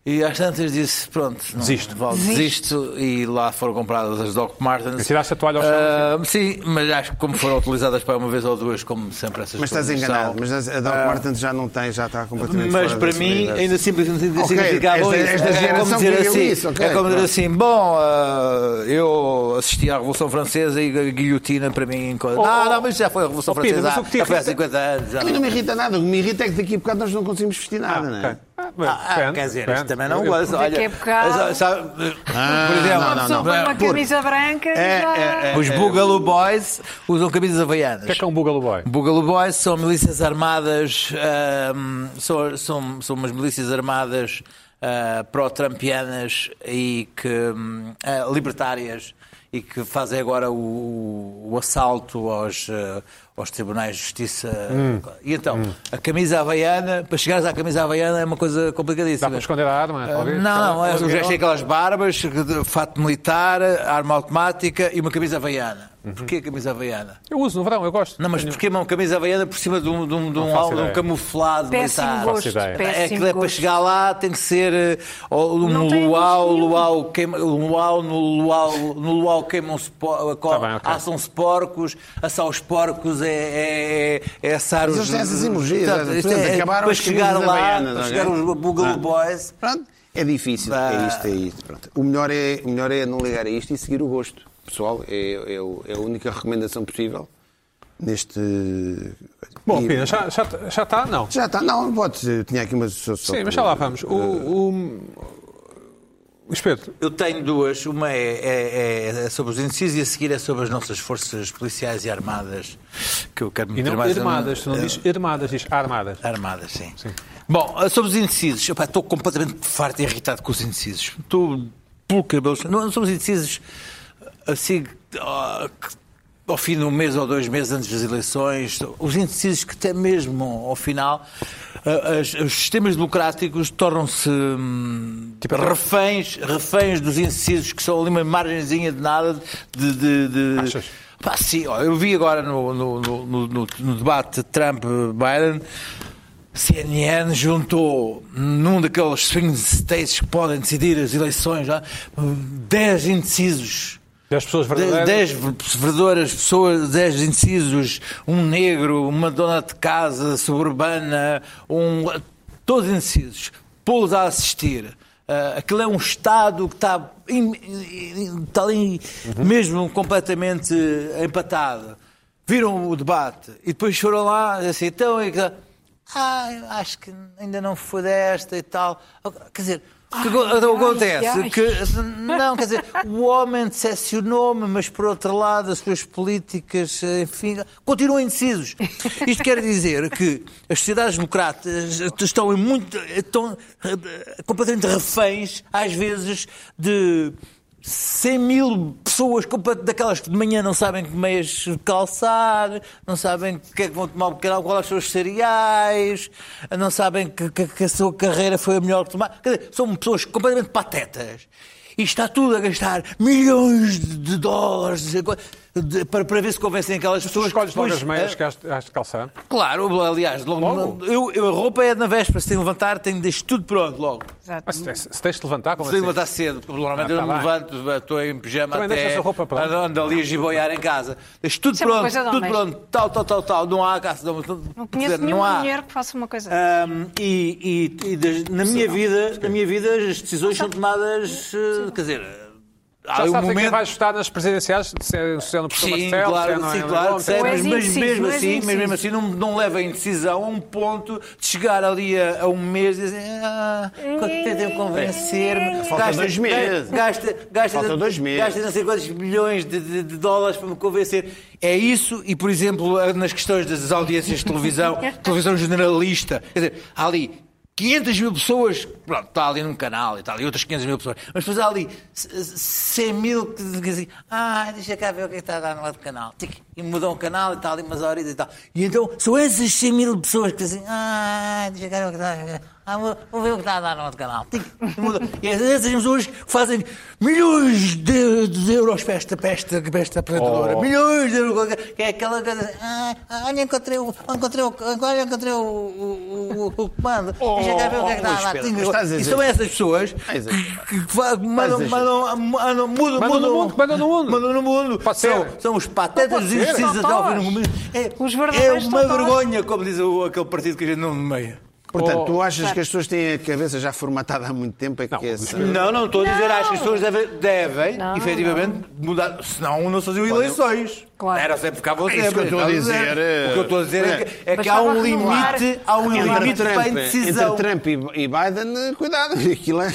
E às tantas disse: Pronto, não,
Desisto.
vale, desisto. E lá foram compradas as Doc Martens.
E tiraste a toalha ao chão,
Ah, sim, mas acho que como foram utilizadas para uma vez ou duas, como sempre essas
Mas estás
coisas
enganado.
são.
Mas a Doc
Ah.
Martens já não tem, já está completamente
Mas
fora
para
desse
mim
universo.
ainda simplesmente
Ok,
significava
esta-
isso.
esta
é como
geração
dizer
viveu
assim,
isso, ok,
é como dizer
pronto.
assim, bom, ah, eu assisti à Revolução Francesa e a guilhotina para mim enquanto. Ah, não, não, mas já foi a Revolução
oh, Pedro,
Francesa
mas o
há-
que te
já foi há
irrita-
50 anos. Já
A mim não me irrita nada. O que me irrita é que daqui a bocado nós não conseguimos vestir nada, não é?
Ok. Ah, bem,
Ah, ah,
depende,
quer dizer,
depende.
isto também não
Eu-
gosto. Olha,
Daqui a bocado-
mas, sabe, por
Ah, não, não, não.
exemplo,
Põe uma
Porque-
camisa branca "Ah,
É,
e já...
é, é.
os
eh,
Boogaloo Boys usam camisas havaianas.
O que é que é um Boogaloo Boy?
Boogaloo Boys são milícias armadas, ahm, são, são, são umas milícias armadas ah, pró-trampianas e que hum, ah, libertárias e que fazem agora o, o assalto aos, ah, aos tribunais de justiça.
Hum.
E então, a camisa havaiana, para chegares à camisa havaiana é uma coisa
Dá
complicadíssima.
para esconder a arma?
Ah,
talvez?
Não, não, é,
Talvez.
os gajos têm aquelas barbas, fato militar, arma automática e uma camisa havaiana.
Uhum.
Porquê a camisa havaiana?
Eu uso no verão, eu gosto.
Não, mas
Tenho-
porquê uma camisa havaiana por cima de um, de um, de um,
Não faço
al- de um
ideia.
camuflado
Péssimo
militar?
Faço
gosto.
ideia.
É
Péssimo
aquilo é para
gosto.
chegar lá, tem que ser eh, ou um
Não tem
luau,
gosto
luau, queima, um luau, no luau, no luau queimam-se po- eh, co-
Tá bem, ok.
assam-se porcos, assar os porcos é, é, é, é assar os...
Mas eles têm essas hemorragias,
Portanto,
né?
olha,
isto
portanto,
é-
acabaram
para
as
chegar
camisas
lá,
havaianas,
para
ok?
chegar os Bugle
Ah.
Boys...
Pronto, é difícil.
Bah.
É isto, é isto. Pronto. O, melhor é, o melhor é não ligar a isto e seguir o gosto. Pessoal, é, é o- é a única recomendação possível neste.
Bom,
E-
Pina, já, já, já está? Não.
Já está. Não, pode. Eu tinha aqui umas. só- só-
Sim, mas já lá vamos. O, o... o espeto.
Eu tenho duas. Uma é, é- é- é sobre os indecisos e a seguir é sobre as nossas forças policiais e armadas, que eu quero
E
meter
não
mais...
armadas, tu não é?
eh,
diz armadas, diz armadas.
Armadas, sim. Bom, eh, sobre os indecisos, Epá, estou completamente farto e irritado com os indecisos. Estou pelo cabelo. Não, não somos indecisos assim ah, que ao fim de um mês ou dois meses antes das eleições. Os indecisos que até mesmo ao final ah, as- os sistemas democráticos tornam-se hum, reféns, reféns dos indecisos que são ali uma margenzinha de nada de- de- de-
Achas?
Pá, sim, ó, eu vi agora no, no- no- no- no- no debate Trump-Biden, CNN juntou num daqueles swing states que podem decidir as eleições, lá, 10 indecisos.
Das pessoas verdadeiras.
10 verdadoras pessoas, 10 indecisos, um negro, uma dona de casa suburbana, um, todos indecisos, pô-los a assistir. Ah, aquilo é um Estado que está, im- im- está ali
Uhum.
mesmo completamente empatado. Viram o debate e depois foram lá assim, então é que. Ah, eu acho que ainda não foi desta e tal. Quer dizer, o que aco- acontece?
Ah, ai, ai.
que não, quer dizer, o homem decepcionou-me, mas por outro lado, as suas políticas, enfim, continuam indecisos. Isto quer dizer que as sociedades democratas estão em muito. estão eh, completamente reféns, às vezes, de. 100 mil pessoas compa- daquelas que de manhã não sabem que meias calçar, não sabem o que é que vão tomar o canal, quais são os cereais, não sabem que, que- que a sua carreira foi a melhor que tomar. Quer dizer, são pessoas completamente patetas. E está tudo a gastar milhões de de dólares de- de- para, para ver se convencem aquelas
Tu
pessoas.
escolhes
que
logo
depois- Ah,
as meias que has has de calçar.
Claro, aliás, logo,
Logo?
Eu, eu- a roupa é na véspera, se tenho de levantar, tenho de deixar tudo pronto logo.
Exato.
Ah, se, se tens de levantar, como
Sim,
assim?
mas está cedo, porque normalmente
Ah,
eu
tá
não me
bem.
levanto, estou em pijama
Também
até
deixas a roupa pronta.
ando ali a giboiar em casa. Deixo tudo
Isso é uma
pronto,
coisa de
tudo
homens.
pronto, tal, tal, tal, tal, não há caça. Não,
Não conheço nenhum mulher que faça uma coisa assim.
Ahm, e e- e das- na, minha vida, na minha vida as decisões são tomadas, eh, quer dizer, há
Já
um
sabes a quem
momento...
vais votar nas presidenciais, se é, se é no professor Marcelo,
Sim,
se é
claro,
no-
sim,
no-
claro,
no-
sim,
Não é
mas, mas
indeciso,
mesmo
não é
assim, mas mesmo
indeciso.
assim não, não leva a indecisão a um ponto de chegar ali a, a um mês e dizer, ah, quando tentam convencer-me,
Falta dois meses.
gasta, gasta,
Falta dois meses.
gasta não sei quantos milhões de, de- de dólares para me convencer. É isso, e por exemplo, nas questões das audiências de televisão, televisão generalista, quer dizer, há ali 500 mil pessoas, pronto, está ali num canal e está ali outras 500 mil pessoas, mas depois há ali 100 mil que dizem assim, ah, deixa cá ver o que é que está a dar no outro canal, Tic, e mudam o canal e está ali umas horas e tal. E então são essas 100 mil pessoas que dizem, ah, deixa cá ver o que está a dar. Ah, vou, vou ver o que está a dar no outro canal. Tic, e mudam. E essas pessoas que fazem milhões de, de euros para esta, para esta, para esta apresentadora.
Oh.
Milhões de euros. Que é aquela coisa assim, ah, ah, olha, encontrei o, encontrei o, agora encontrei o, o, o, o comando.
Oh,
Deixa cá ver o que é que está a dar.
Pedro,
Tic,
mas estás a
E
dizer-
são essas pessoas
Estás a dizer-
que, que fa- mandam,
dizer-
mandam,
Mandam
mandam, mudam,
no
mudam-
mundo, mandam no mundo.
Mandam no mundo.
Pode
são,
ser.
são os patetas
Não
dos
pode ser.
indecisos até ao fim do mundo.
Os
É, é
verdadeiros
uma
totós.
vergonha, como diz o, aquele partido que a gente não nomeia.
Portanto,
Oh.
tu achas que as pessoas têm a cabeça já formatada há muito tempo? É que
Não,
essa-
Não, não estou a dizer,
Não.
acho que as pessoas devem, devem
Não,
efetivamente, mudar, senão não se faziam eleições.
Claro.
Era sempre ficavam
isso
sempre.
que eu estou a dizer, é.
O que eu estou a dizer é que, é
Mas
que há
estava
um
a renovar.
limite, há um
Entre
limite para a
Trump,
indecisão.
entre Trump e e Biden, cuidado, aquilo é,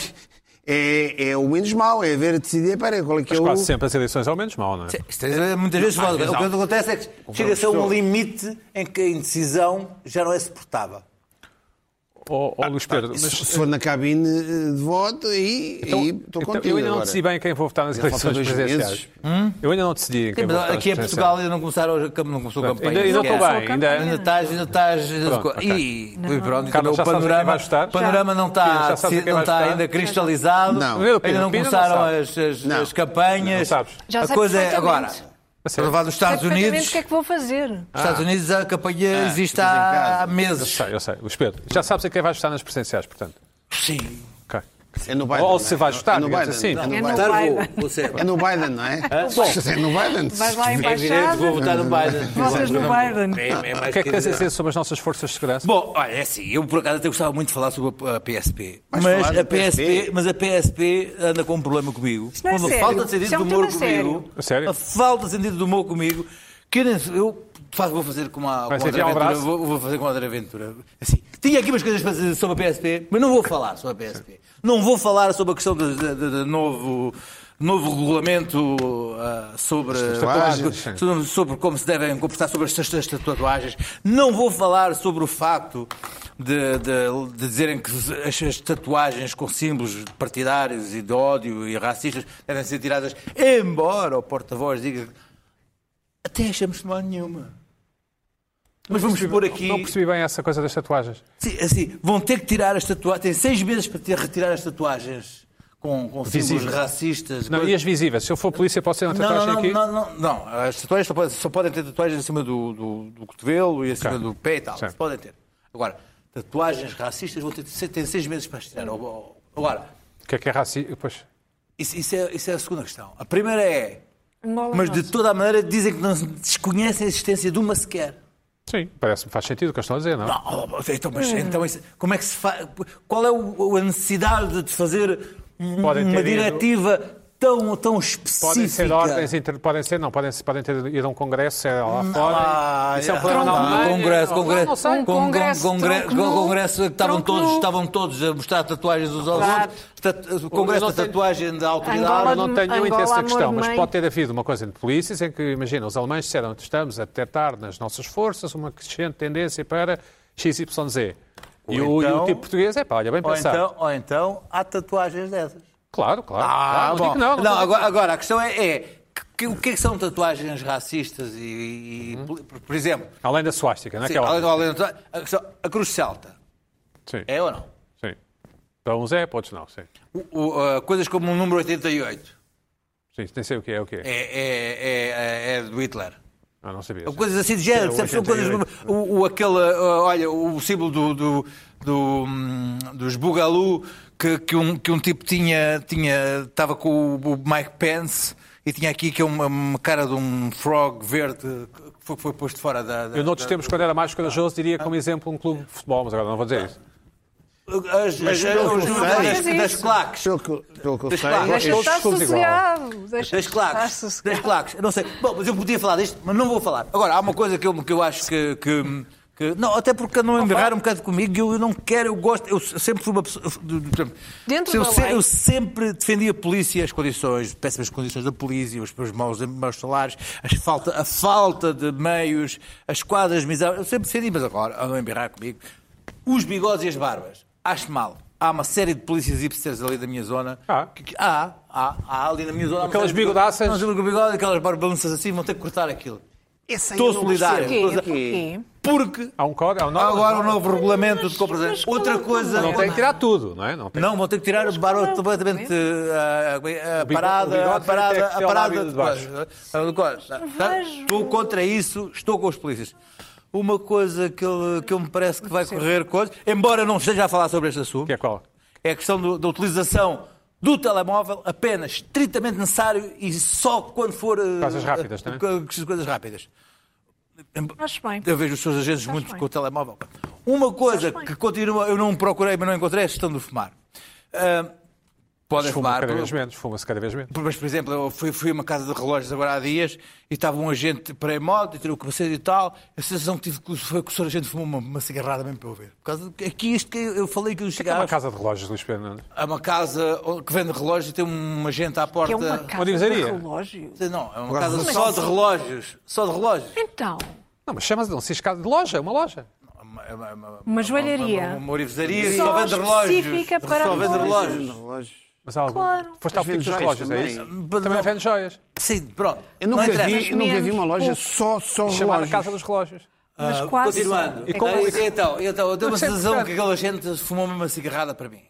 é, é o menos mau, é ver decidir para qual é que
Mas
é
quase
o.
sempre as eleições ao menos mal, não é?
Isto é- Muitas vezes fala-
vezes
o que
não.
acontece é que chega-se a um limite em que a indecisão já não é suportável.
Ó ó, Luís Pedro, mas-
Se for na cabine eh, de voto, aí
então-
aí
então,
estou contigo.
eu ainda não
agora.
decidi bem quem vou votar nas
Ainda falta
eleições
dois
presidenciais. Eu ainda não decidi em quem vou
Sim, mas
votar nas
aqui é em
presidenciais.
Portugal ainda não começaram a, não começou a
Portanto,
campanha.
Ainda, ainda estou
sequer.
bem. Ainda,
Ainda estás, ainda estás.
Pronto, ok.
e, pronto,
Carlos,
então
já
o
sabes a quem
panorama,
vais votar?
panorama não
Pina,
está,
já sabes a quem
não
vais
está
votar?
ainda cristalizado,
Não.
Vê o Pina,
ainda não
o Pina não
começaram
sabe.
as, as-
Não.
as campanhas.
Não sabes.
Já
a
sei
coisa é
perfeitamente.
agora.
A sério? Ah.
Para levar dos Estados
Perfeitamente
Unidos,
o que é que vou fazer.
os Estados Unidos a campanha existe
fiz em
há,
casa.
há
Eu
meses.
sei, eu sei. Luís Pedro, já sabes a quem vais votar nas presidenciais, portanto.
Sim.
Ok.
É no Biden.
Ou se
não é?
vais votar,
É no
digamos
Biden.
assim.
É no
É
Biden.
no
Votar
Biden.
vou, vou ser.
É no Biden, não é? É no Biden.
Vais lá à
É evidente,
embaixada,
vou votar no Biden.
votas no Biden.
É, é mais
O que é que tens a
dizer.
dizer sobre as nossas forças de segurança?
Bom, olha, é assim, eu por acaso até gostava muito de falar sobre a a PSP.
Vais falar
Mas
da
a PSP,
PSP?
mas a PSP anda com um problema comigo.
não é
Uma
sério.
falta de sentido
Isso é um
de humor
tema
comigo.
sério. Sério?
A falta de sentido de humor comigo. Que eu nem- eu faço, vou fazer com uma, com
Vai
outra
enfiar um
aventura.
braço?
vou, vou fazer com outra aventura. Assim, tinha aqui umas coisas para dizer sobre a PSP, mas não vou falar sobre a PSP. Não vou falar sobre a questão do do- do- do novo. Novo regulamento ah, sobre,
tatuagens,
sobre- sobre, como se devem comportar sobre estas, estas tatuagens. Não vou falar sobre o facto de, de- de dizerem que as, as tatuagens com símbolos partidários e de ódio e racistas devem ser tiradas, embora o porta-voz diga que até achamos que não há nenhuma. Mas vamos pôr aqui.
Não percebi bem essa coisa das tatuagens.
Sim, assim, vão ter que tirar as tatuagens. Têm seis meses para ter, retirar as tatuagens com, com símbolos
Visíveis.
racistas.
Não,
coisas-
e as visíveis? Se eu for polícia, posso ter uma
não,
tatuagem
não,
aqui?
não, não, não, não. As tatuagens só podem, só podem ter tatuagens acima do, do, do cotovelo e acima
Ok.
do pé e tal.
Certo.
Podem ter. Agora, tatuagens racistas vão ter, ter seis meses para as tirar. Ou- ou- Agora,
O que é que é racismo? Pois.
isso, isso é, isso é a segunda questão. A primeira é,
Mola
mas de
nossa.
toda a maneira dizem que não desconhecem a existência de uma sequer.
Sim, parece-me faz sentido o que eles estão a dizer, não?
Não, oh, então, mas, então isso- como é que se faz? Qual é o- a necessidade de fazer um-
Podem ter
uma
ido-
diretiva tão, tão específica?
Podem ser ordens, inter... podem ser, não, podem, podem ter ido a um congresso, sei lá fora.
Ah,
Isso é um
ah,
problema na
ah,
Alemanha.
Congresso,
Não,
congresso,
não sei.
Um congresso
congre-
tronco nu,
congresso é que estavam
tronco
todos,
nu.
estavam todos a mostrar tatuagens uns aos
Claro.
outros. Tatu- Congresso
não
da
tem-
tatuagem da
Eu
autoridade.
Angola
não
de-
tenho nenhum interesse
Angola,
na
amor
questão,
de
mas
mãe.
pode ter havido uma coisa de polícias em que, imagina, os alemães disseram estamos a detectar nas nossas forças uma crescente tendência para XYZ. E, o, e o
então-
tipo português é pá, olha, bem
Ou
pensado.
então, ou então há tatuagens dessas.
Claro, claro.
Ah,
Claro, não
bom.
digo não, não digo-
agora, agora, a questão é, é que- que- o que é que são tatuagens racistas e, e- por, por exemplo,
Além da suástica, não é?
sim,
que é
além-
óbvio.
além da- a, questão- a cruz celta,
Sim,
é ou não?
sim. Para uns é, para outros não, sim.
O- o- ah, coisas como o número 88
Sim, nem sei o que é, o que é.
é, é, é, é do Hitler.
Ah, não sabia.
Coisas assim de género,
Sim,
percebes? São coisas.
88.
O, o, aquele, ah, olha, o símbolo do, do, do, hum, dos Bugalu que, que, um, que um tipo tinha. tinha estava com o, o Mike Pence e tinha aqui que é uma, uma cara de um frog verde que foi, foi posto fora da. da
Eu noutros tempos, quando era mais corajoso, diria como exemplo um clube de futebol, mas agora não vou dizer isso.
As, as, as,
pelo
os
que eu
números
sei-
das, das claques.
Pelo que, pelo que eu
Deixa
sei,
lá,
eu-
Deixa
eu-
estar
todos igual.
sossegado. Deixa
Das
estar
claques. Das
sossegado.
claques. Eu não sei. Bom, mas eu podia falar disto, mas não vou falar. Agora, há uma coisa que eu, que eu acho que, que- que- Não, até porque não emberrar um bocado comigo e eu, eu não quero, eu gosto. Eu sempre fui uma pessoa. de- de- de-
Dentro
eu,
da
se-
lei.
eu sempre defendi a polícia, as condições, péssimas condições da polícia, os meus maus, maus salários, as falta, a falta de meios, as quadras miseráveis. Eu sempre defendi, mas agora, a não emberrar comigo. Os bigodes e as barbas. Acho mal. Há uma série de polícias hipsters ali da minha zona.
Ah.
que- que- há, há, há ali na minha zona. há uma
Aquelas
série de-
bigodaças.
Não, com o bigode, aquelas barbanças assim, vão ter que cortar aquilo.
é
Estou
um
solidário.
percebo.
Estou-
Porquê?
Porque
Há um código, há um
há
nome.
agora um novo regulamento de compras. Outra coisa.
Não tem que tirar tudo, não é? Não tem
Não, vão ter que tirar o barulho completamente ah, ah, a
bigo- o
parada, a
bigode tem
parada,
que ter
a
o
parada
lábio
de
de baixo.
coisa. Ah, de coisa. Tá? Estou contra isso, estou com os polícias. Uma coisa que eu, que eu me parece que vai correr coisa, embora eu não esteja a falar sobre este assunto,
Que é qual?
é a questão do- da utilização do telemóvel apenas estritamente necessário e só quando for eh,
Coisas rápidas, não é?
co- co- coisas rápidas.
Acho bem.
Eu vejo os seus agentes
Faz
muito
bem.
com o telemóvel. Uma coisa
bem.
que continua, eu não procurei, mas não encontrei, é a questão do fumar. Ah, podem
Fuma
fumar,
cada vez menos, fuma-se cada vez menos.
por- Mas, por exemplo, eu fui, fui a uma casa de relógios agora há dias e estava um agente para a moda e tirou o capacete e tal. A sensação que tive que- foi que o senhor agente fumou uma, uma cigarrada mesmo para eu ver. Por causa de- aqui isto que eu eu falei que os
É uma
cigarros.
casa de relógios, Luís Pedro Nunes.
Há uma casa que vende relógios e tem um agente à porta.
É uma casa de
divisaria.
relógio.
Não, é uma casa só de relógios. Só de relógios.
Então,
Não, mas chama-se, não se diz casa de loja, é uma loja.
Uma- uma, uma,
Uma joalharia.
Uma, uma, uma orivesaria
Só
só vende relógios.
específica para
só vende
relógios.
relógios.
Mas há algum.
Claro.
Foste ao
Mas
pico dos
vende
relógios,
joias
é isso?
também.
Também vende joias.
Sim, pronto.
Eu nunca,
Não interessa.
vi, eu nunca vi uma loja
Pouco.
só, só
Chamada
relógios.
Casa dos Relógios.
Mas
Ah,
quase.
Continuando.
E
É
como-
Ah, então, então, eu tenho uma
Mas sempre
sensação
serve.
que aquela gente fumou uma cigarrada para mim.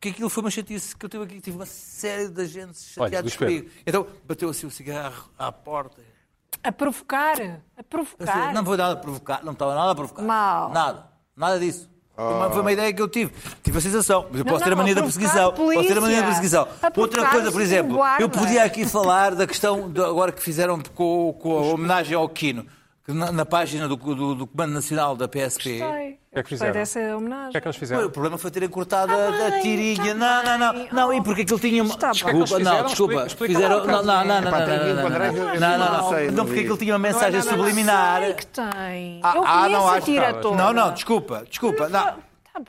Que aquilo foi uma chatice que eu tive aqui. Tive uma série de agentes
Olha,
chateados
Luís Pedro.
comigo. Então, bateu assim o cigarro à porta.
A provocar. A
Eu disse,
provocar.
Assim, Não foi nada a provocar, não estava nada a provocar.
Mal.
Nada, nada disso.
Ah.
Foi uma- Foi uma ideia que eu tive. Tive a sensação. Mas eu
Não,
posso ter a
não,
mania
a
da
provocar
perseguição.
a
Posso ter a mania da
polícia.
perseguição.
A
Outra
provocar
coisa,
os
por exemplo, eu
guardas.
podia aqui falar da questão do- agora que fizeram com, com a homenagem ao Quino, que na, na página do, do- do Comando Nacional da PSP.
Gostei.
que
Gostei
fizeram?
dessa
O que é
homenagem.
que eles
Pô,
fizeram?
O problema foi terem cortado
Ah,
a- a,
bem, tá
tirinha. não, não, não.
bem.
Não, e porque aquilo tinha uma.
Está bem.
Desculpa,
Desculpa,
fizeram?
não, desculpa.
Explica-
Fizeram.
explica
Não, não, não, não, não,
Epá, tem que
não, não,
enquadrar-
não.
eu
Não, não,
não sei,
não. Não,
não
porque
vi.
aquilo tinha uma mensagem
nada
subliminar.
Sei que tem.
Ah,
eu
ah,
conheço
não,
a
acho que
tira
tá.
toda.
Não, não, desculpa, desculpa. Não.
Tá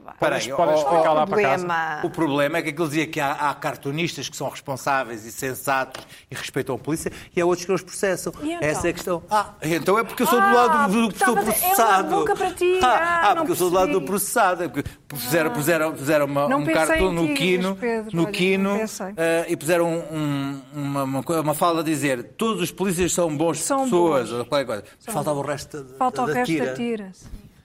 bem.
Peraí, ó,
Podem
ó,
explicar lá para casa.
Problema.
o problema é que aquilo dizia que há, há cartunistas que são responsáveis e sensatos e respeitam a polícia e há outros que os processam.
E então?
Essa é a questão. Ah, então é porque eu sou do
Ah,
lado do, do que
porque
sou
estava a dizer, é uma
processado.
boca para ti. Ah, não
porque eu sou do lado do
percebi. Ah.
processado. É porque Puseram, puseram, puseram uma-
Não
um
pensei
cartão
em
no
ti,
quino,
Luís Pedro,
no
olha, não
quino
pensei.
eh, e puseram um- um- uma, uma, co- uma fala a dizer todos os polícias são bons
São
pessoas.
bons.
ou qualquer coisa. Faltava o resto da,
Falta o
da
resto
tira.
da tira.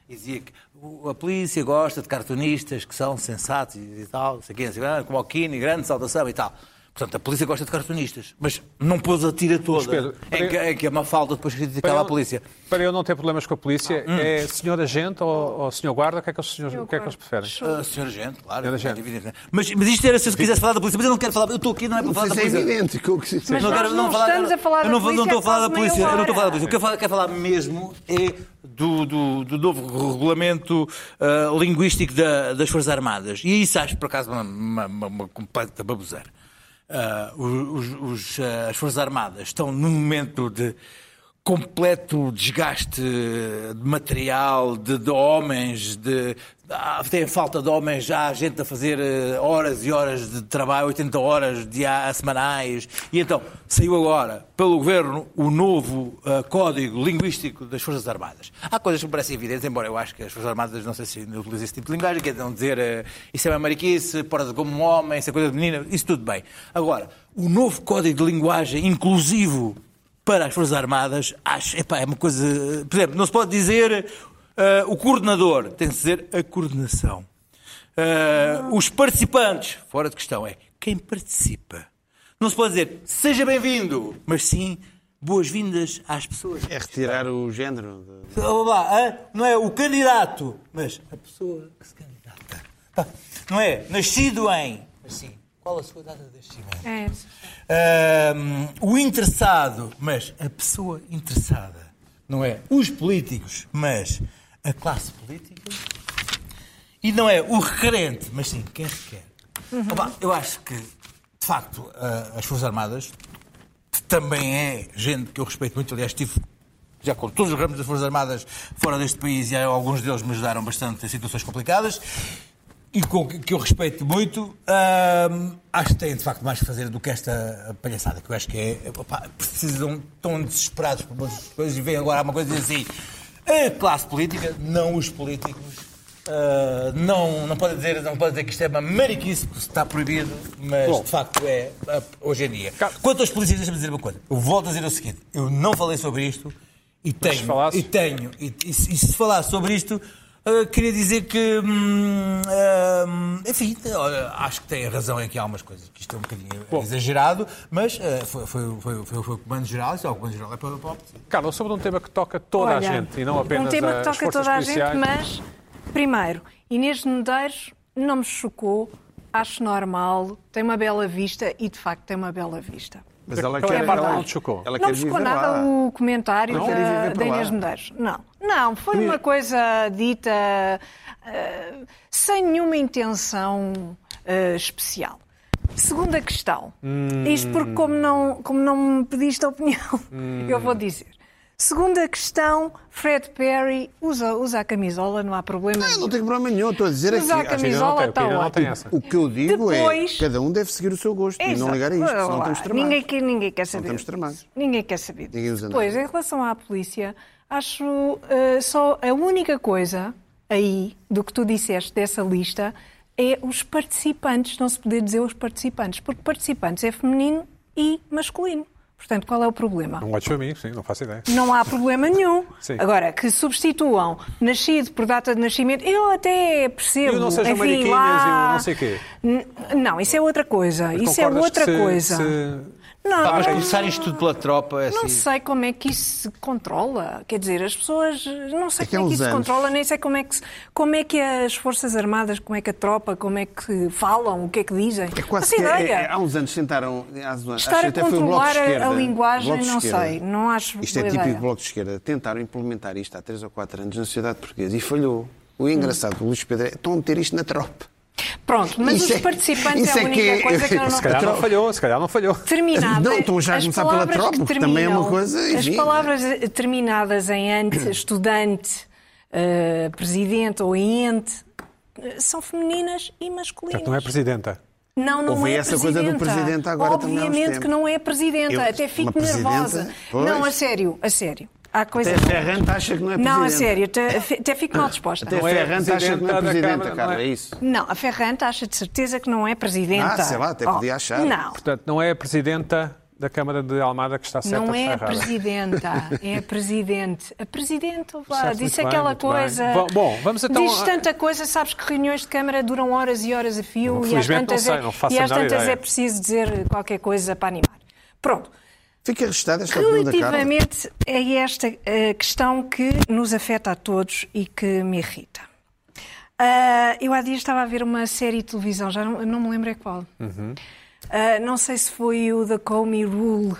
E dizia que o- a polícia gosta de cartunistas que são sensatos e tal, não sei o quê, não sei o quê, ah, como o Kini, grande saudação e tal. Portanto, a polícia gosta de cartunistas, mas não pôs a tira toda.
Pedro,
em, que, em que a Mafalda depois criticava a polícia.
Para eu não ter problemas com a polícia, é senhor agente ou, ou senhor guarda? O que é que eles, senhor- o que é que eles preferem?
Ah, senhora gente, claro.
Senhora gente.
evidentemente. Mas, mas isto era se eu quisesse falar da polícia, mas eu não quero falar, eu estou aqui, não é para falar da
Isso é
polícia.
evidente. que eu- que-
Mas
não
nós
quero-
não
falar-
estamos a falar
eu
da
não, vou-
polícia
Não estou a
há
falar da
quase meia
polícia. Eu não estou a falar da
hora.
polícia. O que eu falo- quero falar mesmo é do, do, do novo regulamento ah, linguístico da- das Forças Armadas. E isso acho, por acaso, uma, uma, uma, uma completa baboseira. Ah, os- os- ah, as Forças Armadas estão num momento de completo desgaste de material, de, de homens, de. ah, Tem falta de homens, já há gente a fazer eh, horas e horas de trabalho, 80 horas dia, semanais. E então, saiu agora, pelo Governo, o novo ah, Código Linguístico das Forças Armadas. Há coisas que me parecem evidentes, embora eu acho que as Forças Armadas, não sei se ainda utilizam esse tipo de linguagem, quer dizer, eh, isso é uma mariquice, porta-te como um homem, isso é coisa de menina, isso tudo bem. Agora, o novo Código de Linguagem Inclusivo para as Forças Armadas, acho, epá, é uma coisa. Por exemplo, não se pode dizer eh, o coordenador, tem de dizer a coordenação. Eh, os participantes, fora de questão, é quem participa. Não se pode dizer seja bem-vindo, mas sim boas-vindas às pessoas.
É retirar o género. de-
Blá, blá, blá, hã? não é o candidato, mas a pessoa que se candidata. Pá, Não é nascido em. Mas sim, qual a sua data de nascimento?
É.
Ahm, o interessado, mas a pessoa interessada, não é os políticos, mas a classe política, e não é o requerente, mas sim quem requer. Opa, eu acho que, de facto, ah, as Forças Armadas que também é gente que eu respeito muito, aliás, estive já com todos os ramos das Forças Armadas fora deste país e alguns deles me ajudaram bastante em situações complicadas e com, que eu respeito muito, ahm, acho que têm de facto mais que fazer do que esta palhaçada, que eu acho que é. opá, precisam, estão desesperados por umas coisas e vem agora uma coisa e diz assim: a classe política, não os políticos. ah, não, não, pode dizer, não pode dizer que isto é uma mariquice, porque está proibido, mas
Bom.
de facto é ah, hoje em dia. Quanto aos polícias, deixa-me dizer uma coisa. Eu volto a dizer o seguinte: eu não falei sobre isto e tenho.
falasse?
E tenho. E, e se e se falar sobre isto, ah, queria dizer que. hum, ah, enfim, olha, acho que tem razão em que há algumas coisas, que isto é um bocadinho exagerado, mas ah, foi, foi, foi, foi- foi o comando geral, isso é o comando geral, é para, para a oposição.
Carla, sobre um tema que toca toda a
Olha,
gente e não apenas
Um tema que
as
toca
forças
toda a gente,
policiais.
mas, primeiro, Inês de Medeiros não me chocou, acho normal, tem uma bela vista e, de facto, tem uma bela vista.
Mas ela
Então
quer.
é verdade.
ela-
Não te chocou?
Ela
não
quer
me chocou
viver
nada um-
lá.
o comentário
Não? Querem
da,
viver para
da Inês
lá.
Medeiros. Não, não, foi uma coisa dita eh, sem nenhuma intenção eh, especial. Segunda questão.
Hum.
Isto porque, como não, como não me pediste a opinião, eu
Hum.
vou dizer. Segunda questão, Fred Perry usa, usa a camisola, não há problema.
Eu
nenhum.
Ah, não tenho problema nenhum. eu Estou a dizer
Usa a
aqui.
Sim, eu não
camisola,
tenho,
está
opinião, não tem
ótimo.
essa.
O que eu digo
Depois-
é cada um deve seguir o seu gosto e não
Exato.
ligar a isto,
Olha
senão
lá,
estamos tramados.
Ninguém, quer- ninguém quer saber.
estamos
disso.
tramados.
Ninguém quer saber. disso.
Ninguém usa nada.
Depois, em relação à polícia, acho eh, só a única coisa aí do que tu disseste dessa lista é os participantes, não se poder dizer os participantes, porque participantes é feminino e masculino. Portanto, qual é o problema?
Não olhes para mim, sim, não faço ideia.
Não há problema nenhum.
Sim.
Agora, que substituam nascido por data de nascimento, eu até percebo.
E o não sejam
enfim,
mariquinhas
lá...
e o não sei quê.
N- Não, isso é outra coisa. Isso é
Concordas
outra
que se-
coisa.
se-
Não,
Pá, mas
não-
começar isto tudo pela tropa é assim.
não sei como é que isso se controla. Quer dizer, as pessoas. Não sei
Daqui a
como é que
uns
isso se
anos.
controla, nem sei como é, que, se- como é que as Forças Armadas, como é que a tropa, como é que falam, o que é que dizem.
É quase
Faço
que é-
ideia.
é- há uns anos tentaram. Há uns anos,
Estar
acho que
a
até foi o Bloco
controlar
de
a, a
Esquerda,
linguagem,
Bloco de
não
Esquerda.
sei. Não acho.
Isto é
boa
típico
ideia.
do Bloco de Esquerda. Tentaram implementar isto há três ou quatro anos na sociedade portuguesa e falhou. O engraçado do Luís Pedro é estão a meter isto na tropa.
Pronto, mas
Isso
os
é-
participantes
isso
é a
é
única
que-
coisa que eu não.
Se calhar não falhou, se calhar não falhou.
é Terminada.
Não, estão já a
as
começar pela
palavras
tropa,
que
porque também é uma
terminam-
coisa,
As
enfim,
palavras eh, terminadas em ante, estudante, eh, presidente ou em ente, eh, são femininas e masculinas.
Portanto, não é presidenta.
Não, não
Houve
é
essa
presidenta.
coisa do presidente agora também há uns
Obviamente que
tempos.
não é presidenta.
Eu-
Até fico
uma presidenta,
nervosa.
pois.
Não, a sério, a sério. Há coisa.
Até Ferrante acha que não é presidente.
Não, assim, a sério, até, até fico mal disposta.
Até
Não é
Ferrante acha que não é
presidenta da
presidente,
Câmara,
Carla.
não é?
É isso.
Não, a Ferrante acha de certeza que não é presidenta. Oh,
Ah, sei lá, até podia achar.
Não,
Portanto, não é a presidenta da Câmara de Almada que está certa
não
que
é
está
a
errada.
presidenta, é a presidente. A presidente, vá,
Certo,
disse
muito bem,
aquela
muito bem.
coisa.
Bom, bom, vamos então
Diz
a-
tanta coisa, sabes que reuniões de Câmara duram horas e horas a fio e às
Infelizmente, não
tantas,
sei,
é,
não faço
e
a
às
menor
tantas
ideia.
é preciso dizer qualquer coisa para animar. Pronto.
Fica arrestada esta opinião da Carla.
Relativamente a esta eh, questão que nos afeta a todos e que me irrita. Ah, eu há dias estava a ver uma série de televisão, já não, não me lembro é qual.
Uhum.
Ah, não sei se foi o The Comey Rule.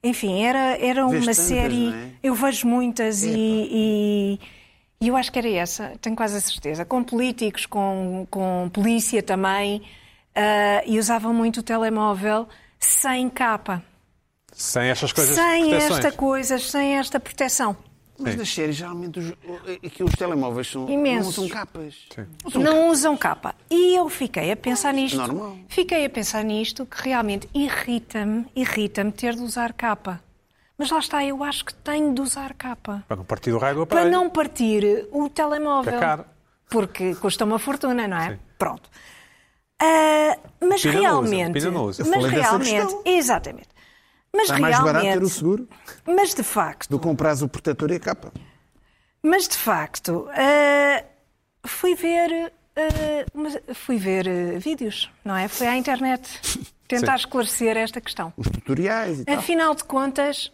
Enfim, era, era uma
Vês tantas,
série.
não é?
Eu vejo muitas e, e- e eu acho que era essa, tenho quase a certeza. Com políticos, com, com polícia também. ah, e usavam muito o telemóvel sem capa
Sem estas coisas.
sem
proteções.
esta coisa, sem esta proteção.
Mas nas séries, geralmente, os, é que os telemóveis são, não
Imensos.
são capas.
Não usam capa. E eu fiquei a pensar nisto.
normal.
Fiquei a pensar nisto que realmente irrita-me, irrita-me ter de usar capa. Mas lá está, eu acho que tenho de usar capa.
Para não partir do raio do
Para
aparelho.
não partir o telemóvel.
Que é caro.
Porque custa uma fortuna, não é? Pronto. Ah, mas
Pina não usa,
realmente.
Pina não usa. Eu
Mas
falei dessa
realmente.
questão.
Exatamente. Mas
Está mais
realmente.
barato ter o seguro
Mas de facto.
do que comprares o protetor e a capa.
Mas de facto, eh, fui ver, eh, mas- fui ver eh, vídeos, não é? Fui à internet tentar esclarecer esta questão.
Os tutoriais e tal.
Afinal de contas,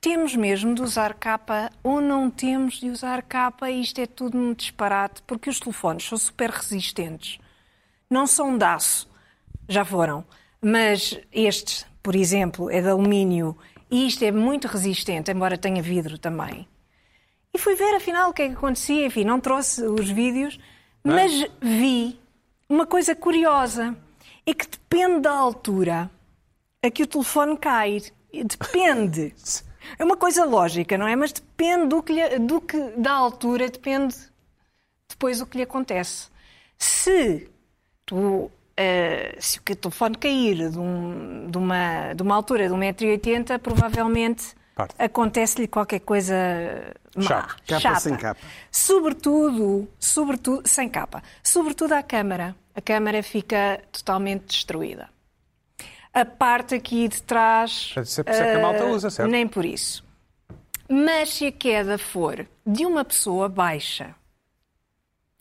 temos mesmo de usar capa ou não temos de usar capa? Isto é tudo um disparate, porque os telefones são super resistentes. Não são de aço, já foram. Mas este, por exemplo, é de alumínio e isto é muito resistente, embora tenha vidro também. E fui ver afinal o que é que acontecia, enfim, não trouxe os vídeos,
é?
mas vi uma coisa curiosa: é que depende da altura a É que o telefone cai. Depende. É uma coisa lógica, não é? Mas depende do que, lhe- do que da altura, depende depois o que lhe acontece. Se tu, eh, se o que- telefone cair de, um- de uma, de uma altura de 1,80m, provavelmente
Parte.
acontece-lhe qualquer coisa má.
Chapa.
Capa sem capa.
Sobretudo, sobretudo, sem capa. Sobretudo à câmara. A câmara fica totalmente destruída. A parte aqui de trás.
Portanto, isso é por isso que a
eh,
malta usa, certo?
Nem por isso. Mas se a queda for de uma pessoa baixa,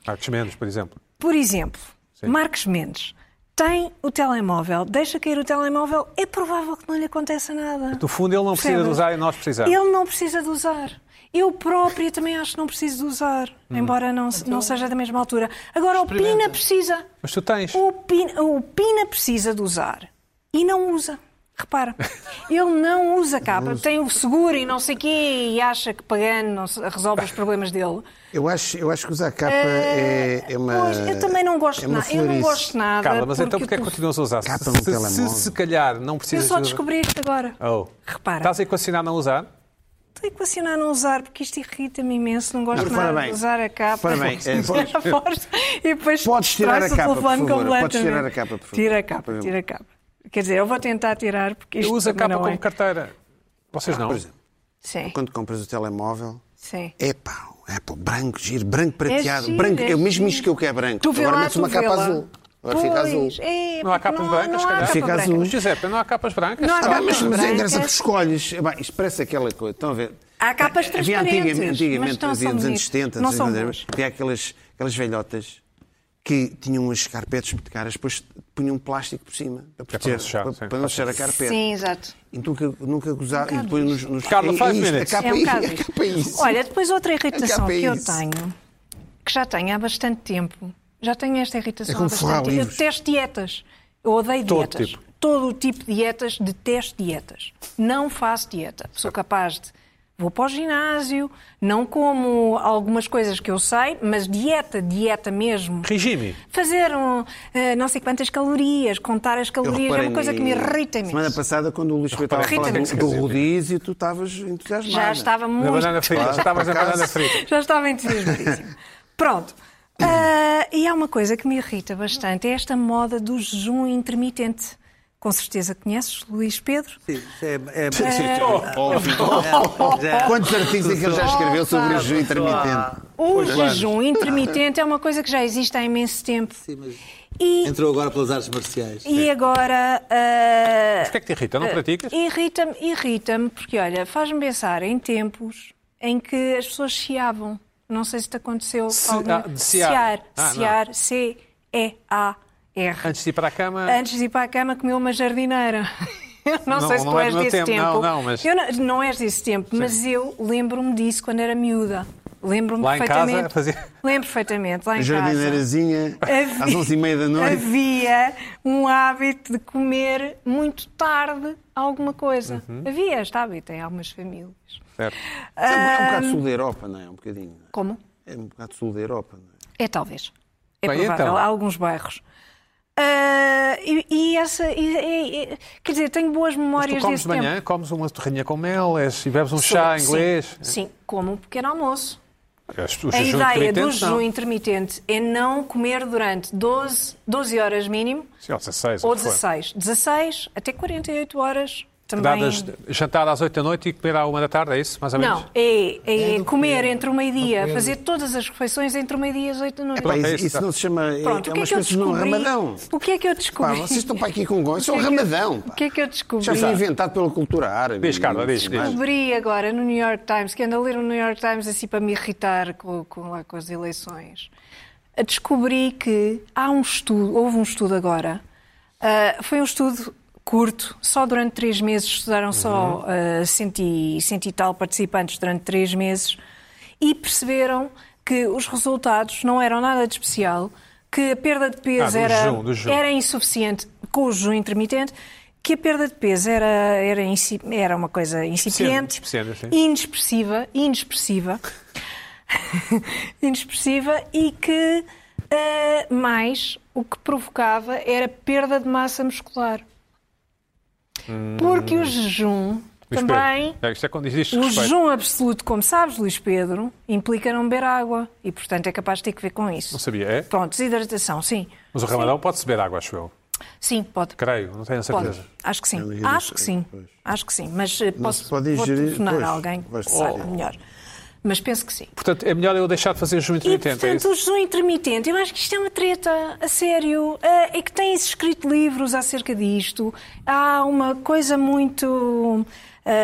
Marcos Mendes, por exemplo.
por exemplo, Marcos Mendes tem o telemóvel, deixa cair o telemóvel, é provável que não lhe aconteça nada.
No fundo, ele não precisa
Percebes?
de usar e nós precisamos.
Ele não precisa de usar. Eu própria também acho que não preciso de usar,
Hum.
embora não, se- não seja da mesma altura. Agora, o Pina precisa.
Mas tu tens.
O Pina, o Pina precisa de usar e não usa. Repara, ele não usa capa, tem o seguro e não sei quê e acha que pagando não se- resolve os problemas dele.
Eu acho, eu acho que usar capa é, é uma.
Pois, eu também não gosto
é
de
uma
nada. Eu não
florice.
gosto de nada.
Carla, mas então porquê é que
o telefone-
continuas a usar? Se,
Capa no
se, se,
telemóvel.
se calhar não
Eu
precisas
só
de usar-
descobri isto agora.
Oh.
Repara,
Estás a equacionar não usar?
estou a equacionar não usar, porque isto irrita-me imenso, não gosto
Não,
nada
repara
de
bem.
usar a capa.
Repara bem, é, podes-
A força, e depois
Podes tirar
destrói-se
a capa,
o telefone
por favor. Podes
completamente.
tirar a capa, por favor.
Tira a
Por
capa,
favor.
tira a capa. Quer dizer, eu vou tentar tirar, porque isto
Eu uso a
também
capa
não
como
é.
carteira. Vocês não.
é. Por exemplo,
Sim,
quando compras o telemóvel,
sim.
é pá, É, pô, branco, giro, branco prateado.
giro,
branco,
é
é o mesmo
giro.
isqueiro que eu que é branco.
Tu vê
Agora
lá,
metes
tu
uma
vê
capa
lá.
azul. Agora fica azul.
Pois, é,
Não há
porque
capas
há-
brancas,
não
se
há
calhar.
capa
Fica
branca.
azul.
Mas, Giuseppe, não há capas brancas.
Não há
Ah,
capas
mas, mas é
brancas.
engraçado, tu escolhes. Eh, pá, Isto parece aquela coisa. Estão a ver?
Há capas
Havia
transparentes,
antigamente,
mas
antigamente
não
havia
são
dos anos
bonitos.
70,
Não
dos
são
anos
bons.
80, havia aquelas, aquelas velhotas que tinham umas carpetes muito caras, depois punham um plástico por cima
para
para, proteger-
não sujar,
para-
sim.
para não sujar a carpete.
Sim, exato.
E nunca, nunca gozaram. e depois nos, nos
Carla,
é-
five
é isto,
minutes.
A capa
Um É um
é,
bocado
a
isso.
capa é isso.
Olha, depois outra irritação
capa é
que eu
isso.
tenho, que já tenho há bastante tempo, já tenho esta irritação
É como
há
forrar
bastante tempo. Eu
livros.
detesto dietas. Eu odeio
Todo
dietas.
tipo.
Todo o tipo de dietas, detesto dietas. Não faço dieta. Sou capaz de. Vou para o ginásio, não como algumas coisas que eu sei, mas dieta, dieta mesmo.
Regime.
Fazer um, eh, não sei quantas calorias, contar as
Eu
calorias, é
reparei
uma coisa que me
nisso.
irrita imenso.
Semana passada, quando o Luís Pedro estava a falar
Irrita-me.
do, do rodízio, tu estavas entusiasmado.
Já estava
Na
muito
banana frita.
Claro,
Já estavas
por
na
acaso.
banana frita.
Já estava entusiasmadíssimo. Pronto. Ah, e há uma coisa que me irrita bastante, é esta moda do jejum intermitente. Com certeza conheces, Luís Pedro?
Sim, é, é,
Oh,
Quantos artigos é que ele já escreveu sobre o jejum intermitente?
O jejum intermitente é uma coisa que já existe há imenso tempo. E,
Entrou agora pelas artes marciais.
e agora... ah,
O que é que te irrita? Não praticas?
Irrita-me, irrita-me, porque olha, faz-me pensar em tempos em que as pessoas chiavam. Não sei se te aconteceu.
Se- ah, de
Ciar.
cear. Ah, não.
Ciar. C-E-A-R.
Antes de ir para a cama.
Antes de ir para a cama, comeu uma jardineira. Eu não,
Ah. Não,
sei se
não
tu
é
és
do meu
desse
tempo.
tempo.
Não, não, mas-
Eu não, não és desse tempo, mas eu lembro-me disso quando era miúda. Lembro-me
Lá em casa,
perfeitamente.
fazia-
Lembro perfeitamente, lá em casa.
Jardineirazinha,
Havia-
às 11h30 da noite.
Havia um hábito de comer muito tarde alguma coisa.
Uhum.
Havia este hábito em algumas famílias.
Certo.
É um- é um bocado sul da Europa, não é? Um bocadinho.
Como?
É um bocado sul da Europa, não é?
É talvez. É
Bem,
provável.
então.
Há alguns bairros. Ah, e, e essa. e- e- e- quer dizer, tenho boas
Mas
memórias
tu comes
desse
de manhã,
tempo.
comes uma torrinha com mel és- e bebes um chá
Sim,
inglês.
Sim, como um pequeno almoço.
As- os
A
jejuns
ideia do
intermitentes, não.
jejum intermitente é não comer durante 12, 12 horas mínimo
Sim, ou 16,
ou
o que for.
16. 16 até 48 horas também.
Dadas, jantar às 8 da noite e comer à 1 da tarde, é isso? Mais ou menos?
Não, é, é comer entre o meio-dia, fazer todas as refeições entre o meio-dia e as oito da noite.
Pá,
é
isso,
isso,
isso
tá.
não se chama. é- é
Pronto, o que é
uma
que eu
espécie de um
descobri?
ramadão.
O que é que eu
Pá,
descobri?
vocês estão para aqui com gostos.
O
É um
que é que-
ramadão. pá.
O que é que eu descobri?
Já foi inventado pela cultura árabe. é?
Diz, Carla, diz, diz.
Descobri agora no New York Times, que ando a ler o New York Times assim para me irritar com, com, lá, com as eleições. Descobri que há um estudo, houve um estudo agora, ah, foi um estudo curto, só durante três meses, estudaram
Uhum.
só ah, cento, e, cento e tal participantes durante três meses e perceberam que os resultados não eram nada de especial, que a perda de peso
Ah, do
era,
jejum, do jejum.
era insuficiente com o jejum intermitente, que a perda de peso era, era, insi- era uma coisa incipiente,
Especial, especial, sim.
inexpressiva, inexpressiva, inexpressiva e que eh, mais o que provocava era perda de massa muscular. Porque o jejum
Hum. Luís Pedro,
também
é, isto é quando existe
o
respeito.
jejum absoluto, como sabes, Luís Pedro, implica não beber água e, portanto, é capaz de ter que ver com isso.
Não sabia, é?
Pronto, desidratação, sim.
Mas o ramadão pode-se beber água, acho eu.
Sim, pode.
Creio, não tenho a certeza.
Pode. Acho que sim.
diria
Acho
isso,
que sim.
pois.
Acho que sim. Mas eh, posso
se pode
vou
ingerir,
telefonar
pois,
a alguém
vais
que saiba
saber.
melhor. Mas penso que sim.
Portanto, é melhor eu deixar de fazer jejum
E,
intermitente, é
portanto,
isso?
o jejum intermitente, eu acho que isto é uma treta, a sério. Eh, É que têm-se escrito livros acerca disto. Há uma coisa muito.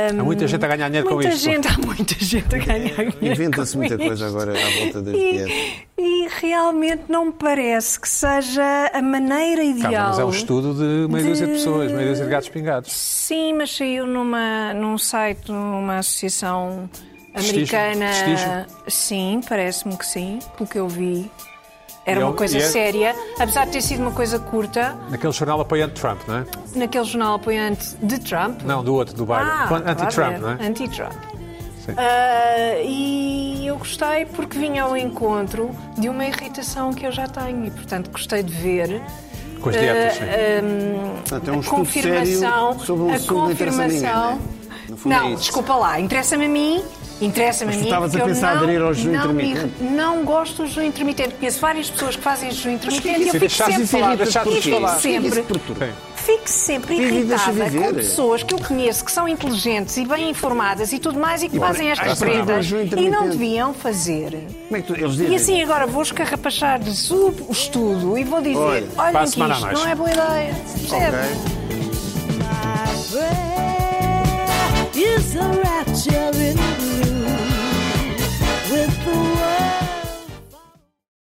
Há muita gente a ganhar dinheiro com
muita
isto.
gente, há muita gente a ganhar dinheiro.
Inventa-se
com
muita
isto.
coisa agora à volta das dietas.
E, e realmente não me parece que seja a maneira ideal.
Carla, mas é um estudo de meia dúzia de pessoas, meia dúzia de gatos pingados.
Sim, mas saiu numa, num site de uma associação
Prestígio,
americana.
prestígio.
Sim, parece-me que sim, pelo que eu vi. Era
E é
uma
um-
coisa
e é-
séria, apesar de ter sido uma coisa curta,
Naquele jornal apoiante Trump, não é?
naquele jornal apoiante de Trump.
Não, do outro, do Biden.
Ah,
Quando- Anti-Trump,
claro,
não é?
Anti-Trump.
Sim.
Ah, e eu gostei porque vinha ao encontro de uma irritação que eu já tenho e, portanto, gostei de ver.
Com as dietas,
ah,
sim.
Portanto, é
a
um estudo
confirmação,
sério sobre um
a
assunto que interessa a ninguém,
confirmação.
é? No fundo é
Não,
isso.
desculpa lá, interessa-me a mim, interessa-me a
Mas tu
mim.
estavas
porque
a
eu
pensar em
não-
aderir ao jejum
não me-
intermitente?
Não gosto do jejum intermitente. Conheço várias pessoas que fazem jejum intermitente e eu
isso?
fico
Deixaste
sempre
de falar, deixaste de
e fico
falar.
sempre
Isso perturba.
Sim.
fico sempre
Vivi, deixa
irritada
viver.
com pessoas que eu conheço, que são inteligentes e bem informadas e tudo mais, e que fazem estas
pá, mas
prendas
no
e não
intermitente.
deviam fazer.
Como é que tu, eles dizem?
E assim agora vou escarrapachar de sub- o estudo e vou dizer,
Olha,
olhem
para a
que é
semana
isto
a mais."
não é boa ideia. Percebe?
Ok.
Break.